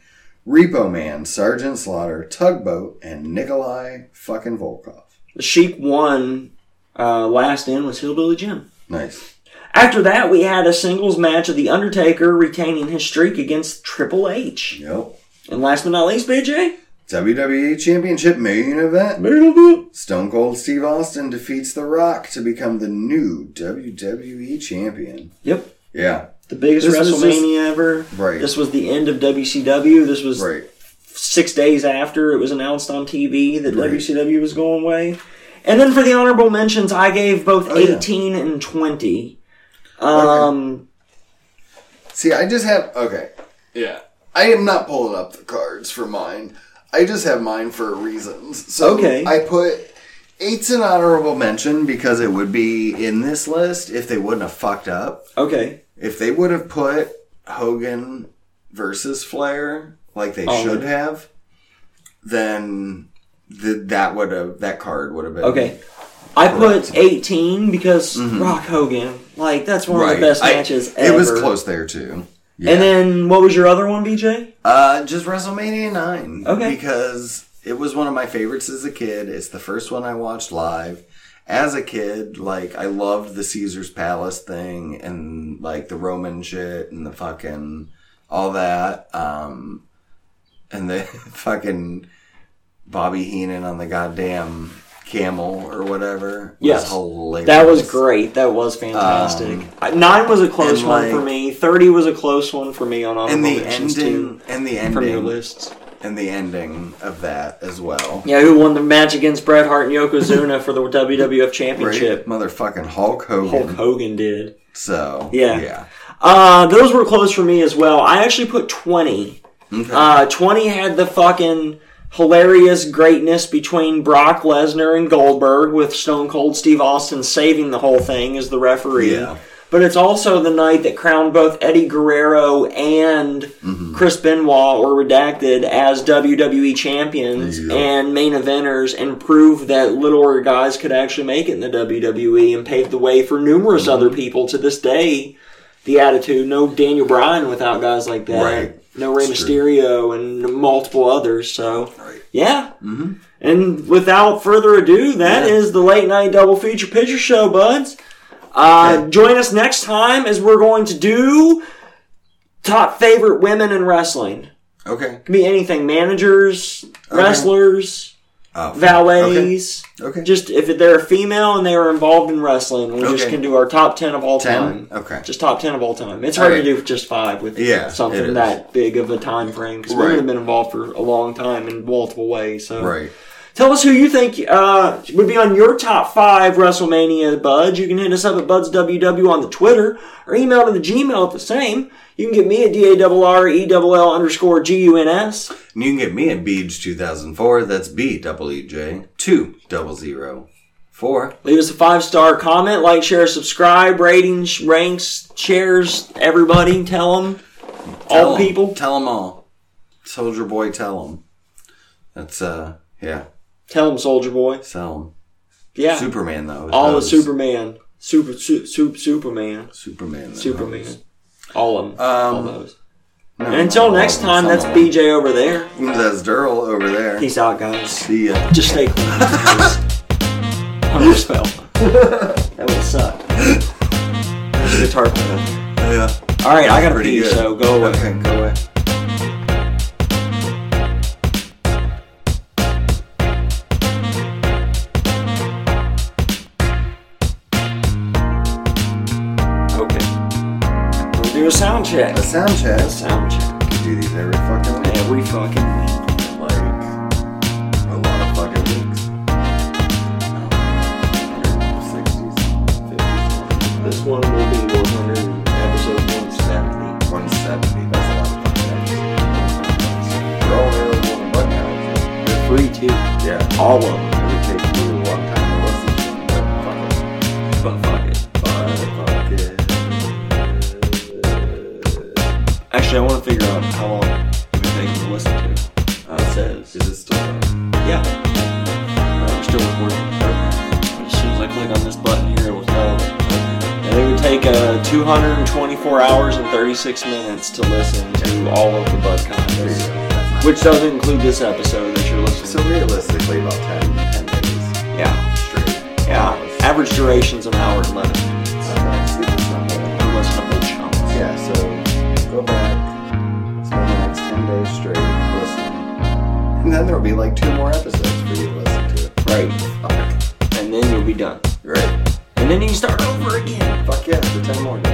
Speaker 1: Repo Man, Sergeant Slaughter, Tugboat, and Nikolai fucking Volkov.
Speaker 2: The Sheik won. Uh, last in was Hillbilly Jim.
Speaker 1: Nice.
Speaker 2: After that, we had a singles match of The Undertaker retaining his streak against Triple H.
Speaker 1: Yep.
Speaker 2: And last but not least, BJ.
Speaker 1: WWE E Championship main event. Stone Cold Steve Austin defeats The Rock to become the new WWE champion.
Speaker 2: Yep.
Speaker 1: Yeah,
Speaker 2: The biggest
Speaker 1: This was
Speaker 2: WrestleMania ever.
Speaker 1: Right.
Speaker 2: This was the end of WCW. This was
Speaker 1: right.
Speaker 2: six days after it was announced on TV that
Speaker 1: Right.
Speaker 2: WCW was going away. And then for the honorable mentions, I gave both
Speaker 1: Oh, yeah.
Speaker 2: 18 and 20. Um,
Speaker 1: See, I just have okay.
Speaker 3: Yeah.
Speaker 1: I am not pulling up the cards for mine. I just have mine for reasons. So
Speaker 2: Okay.
Speaker 1: I put eight's an honorable mention because it would be in this list if they wouldn't have fucked up.
Speaker 2: okay.
Speaker 1: If they would have put Hogan versus Flair like they
Speaker 2: Oh.
Speaker 1: should have, then th- that would have that card would have been
Speaker 2: Okay. I put 18 because Rock Hogan. Like, that's one of the best
Speaker 1: Mm-hmm. I-
Speaker 2: matches ever.
Speaker 1: It was close there too. Yeah.
Speaker 2: And then what was your other one, BJ?
Speaker 1: uh, just WrestleMania nine.
Speaker 2: Okay.
Speaker 1: Because it was one of my favorites as a kid. It's the first one I watched live. As a kid, like I loved the Caesar's Palace thing and like the Roman shit and the fucking all that. Um and the [laughs] fucking Bobby Heenan on the goddamn camel or whatever. was
Speaker 2: Yes.
Speaker 1: hilarious.
Speaker 2: That was great. That was fantastic. I- Nine was a close
Speaker 1: Um, and,
Speaker 2: one for
Speaker 1: like-
Speaker 2: me. Thirty was a close one for me on honorable
Speaker 1: And the
Speaker 2: mentions
Speaker 1: ending
Speaker 2: too.
Speaker 1: and the
Speaker 2: From your
Speaker 1: ending
Speaker 2: lists,
Speaker 1: and the ending of that as well.
Speaker 2: yeah, who won the match against Bret Hart and Yokozuna for the WWF
Speaker 1: Right?
Speaker 2: Championship?
Speaker 1: Motherfucking Hulk Hogan.
Speaker 2: Hulk Hogan did.
Speaker 1: So
Speaker 2: Yeah.
Speaker 1: yeah,
Speaker 2: Uh, those were close for me as well. I actually put twenty.
Speaker 1: Okay.
Speaker 2: Uh, twenty had the fucking hilarious greatness between Brock Lesnar and Goldberg, with Stone Cold Steve Austin saving the whole thing as the referee.
Speaker 1: Yeah.
Speaker 2: But it's also the night that crowned both Eddie Guerrero and
Speaker 1: Mm-hmm.
Speaker 2: Chris Benoit were redacted as WWE champions
Speaker 1: Yeah.
Speaker 2: and main eventers and proved that littler guys could actually make it in the WWE and paved the way for
Speaker 1: Mm-hmm.
Speaker 2: numerous other people to this day. The attitude, no Daniel Bryan without guys like that.
Speaker 1: Right.
Speaker 2: No Rey
Speaker 1: It's true.
Speaker 2: Mysterio and multiple others. So,
Speaker 1: Right.
Speaker 2: yeah. Mm-hmm. And without further ado, that is
Speaker 1: Yeah.
Speaker 2: the late night double feature picture show, buds. Uh,
Speaker 1: Okay.
Speaker 2: Join us next time as we're going to do top favorite women in wrestling.
Speaker 1: okay.
Speaker 2: It can be anything managers, wrestlers,
Speaker 1: Oh, fuck.
Speaker 2: valets.
Speaker 1: Okay. okay.
Speaker 2: Just if they're a female and they are involved in wrestling, we just
Speaker 1: Okay.
Speaker 2: can do our top 10 of all
Speaker 1: Ten?
Speaker 2: time.
Speaker 1: Okay.
Speaker 2: Just top 10 of all time. It's hard
Speaker 1: Alright.
Speaker 2: to do just five with
Speaker 1: Yeah, it
Speaker 2: something
Speaker 1: is.
Speaker 2: that big of a time frame because women
Speaker 1: Right.
Speaker 2: have been involved for a long time in multiple ways. So.
Speaker 1: right.
Speaker 2: Tell us who you think uh, would be on your top five WrestleMania, Buds. You can hit us up at BudsWW on the Twitter or email to the Gmail at the same. You can get me at D-A-R-R-E-L-L E underscore G-U-N-S.
Speaker 1: And you can get me at Beej two thousand four. That's B double E J two double zero four.
Speaker 2: Leave us a five-star comment, like, share, subscribe, ratings, ranks, shares, everybody. Tell them.
Speaker 1: Tell
Speaker 2: all
Speaker 1: 'em.
Speaker 2: people.
Speaker 1: Tell them all. Soldier boy, tell them. That's uh yeah.
Speaker 2: Tell them, Soldier Boy.
Speaker 1: Sell 'em.
Speaker 2: Yeah.
Speaker 1: Superman though.
Speaker 2: All the
Speaker 1: those-
Speaker 2: Superman. Super, su- su- Superman.
Speaker 1: Superman. though.
Speaker 2: Superman. All of them. all
Speaker 1: Um,
Speaker 2: those.
Speaker 1: No,
Speaker 2: And until
Speaker 1: not all
Speaker 2: next
Speaker 1: of 'em,
Speaker 2: time,
Speaker 1: some
Speaker 2: that's
Speaker 1: of 'em.
Speaker 2: BJ over there.
Speaker 1: That's Durl over there.
Speaker 2: Peace out, guys.
Speaker 1: See ya.
Speaker 2: Just
Speaker 1: [laughs]
Speaker 2: stay cool. I'm gonna spell. That would suck. There's a guitar player.
Speaker 1: Oh, Yeah.
Speaker 2: All right, I gotta
Speaker 1: Pretty
Speaker 2: pee,
Speaker 1: good.
Speaker 2: so go away.
Speaker 1: Okay, go away.
Speaker 2: do a sound check.
Speaker 1: A sound check.
Speaker 2: A sound check.
Speaker 1: We do these every fucking week.
Speaker 2: Every fucking week.
Speaker 1: Like a lot of fucking weeks.
Speaker 2: This one will be 100, episode 170.
Speaker 1: 170. That's a lot of fucking weeks. They're all available on the website.
Speaker 2: They're free too.
Speaker 1: Yeah.
Speaker 2: All of them.
Speaker 1: It would take you a long time to listen to, but fuck it.
Speaker 2: But fuck it. Actually, I want to figure out how long it would take them to listen to.
Speaker 1: Uh, it says, is it still on?
Speaker 2: Yeah. We're still recording. As soon as I click on this button here, it will tell. And it would take uh, 224 hours and 36 minutes to listen to all of the
Speaker 1: There you
Speaker 2: Budcondos,
Speaker 1: go.
Speaker 2: which doesn't include this episode that you're listening
Speaker 1: So realistically, about 10, 10 days
Speaker 2: to. Yeah.
Speaker 1: straight.
Speaker 2: Yeah. Average duration's an hour and 11 minutes.
Speaker 1: Okay, see this number.
Speaker 2: Unless I'm a chump.
Speaker 1: Yeah, so go back, spend the next 10 days straight listening. And then there'll be like two more episodes for you to listen to.
Speaker 2: Right.
Speaker 1: Fuck.
Speaker 2: And then you'll be done.
Speaker 1: Right.
Speaker 2: And then you start over again.
Speaker 1: Fuck yeah, for 10 more days.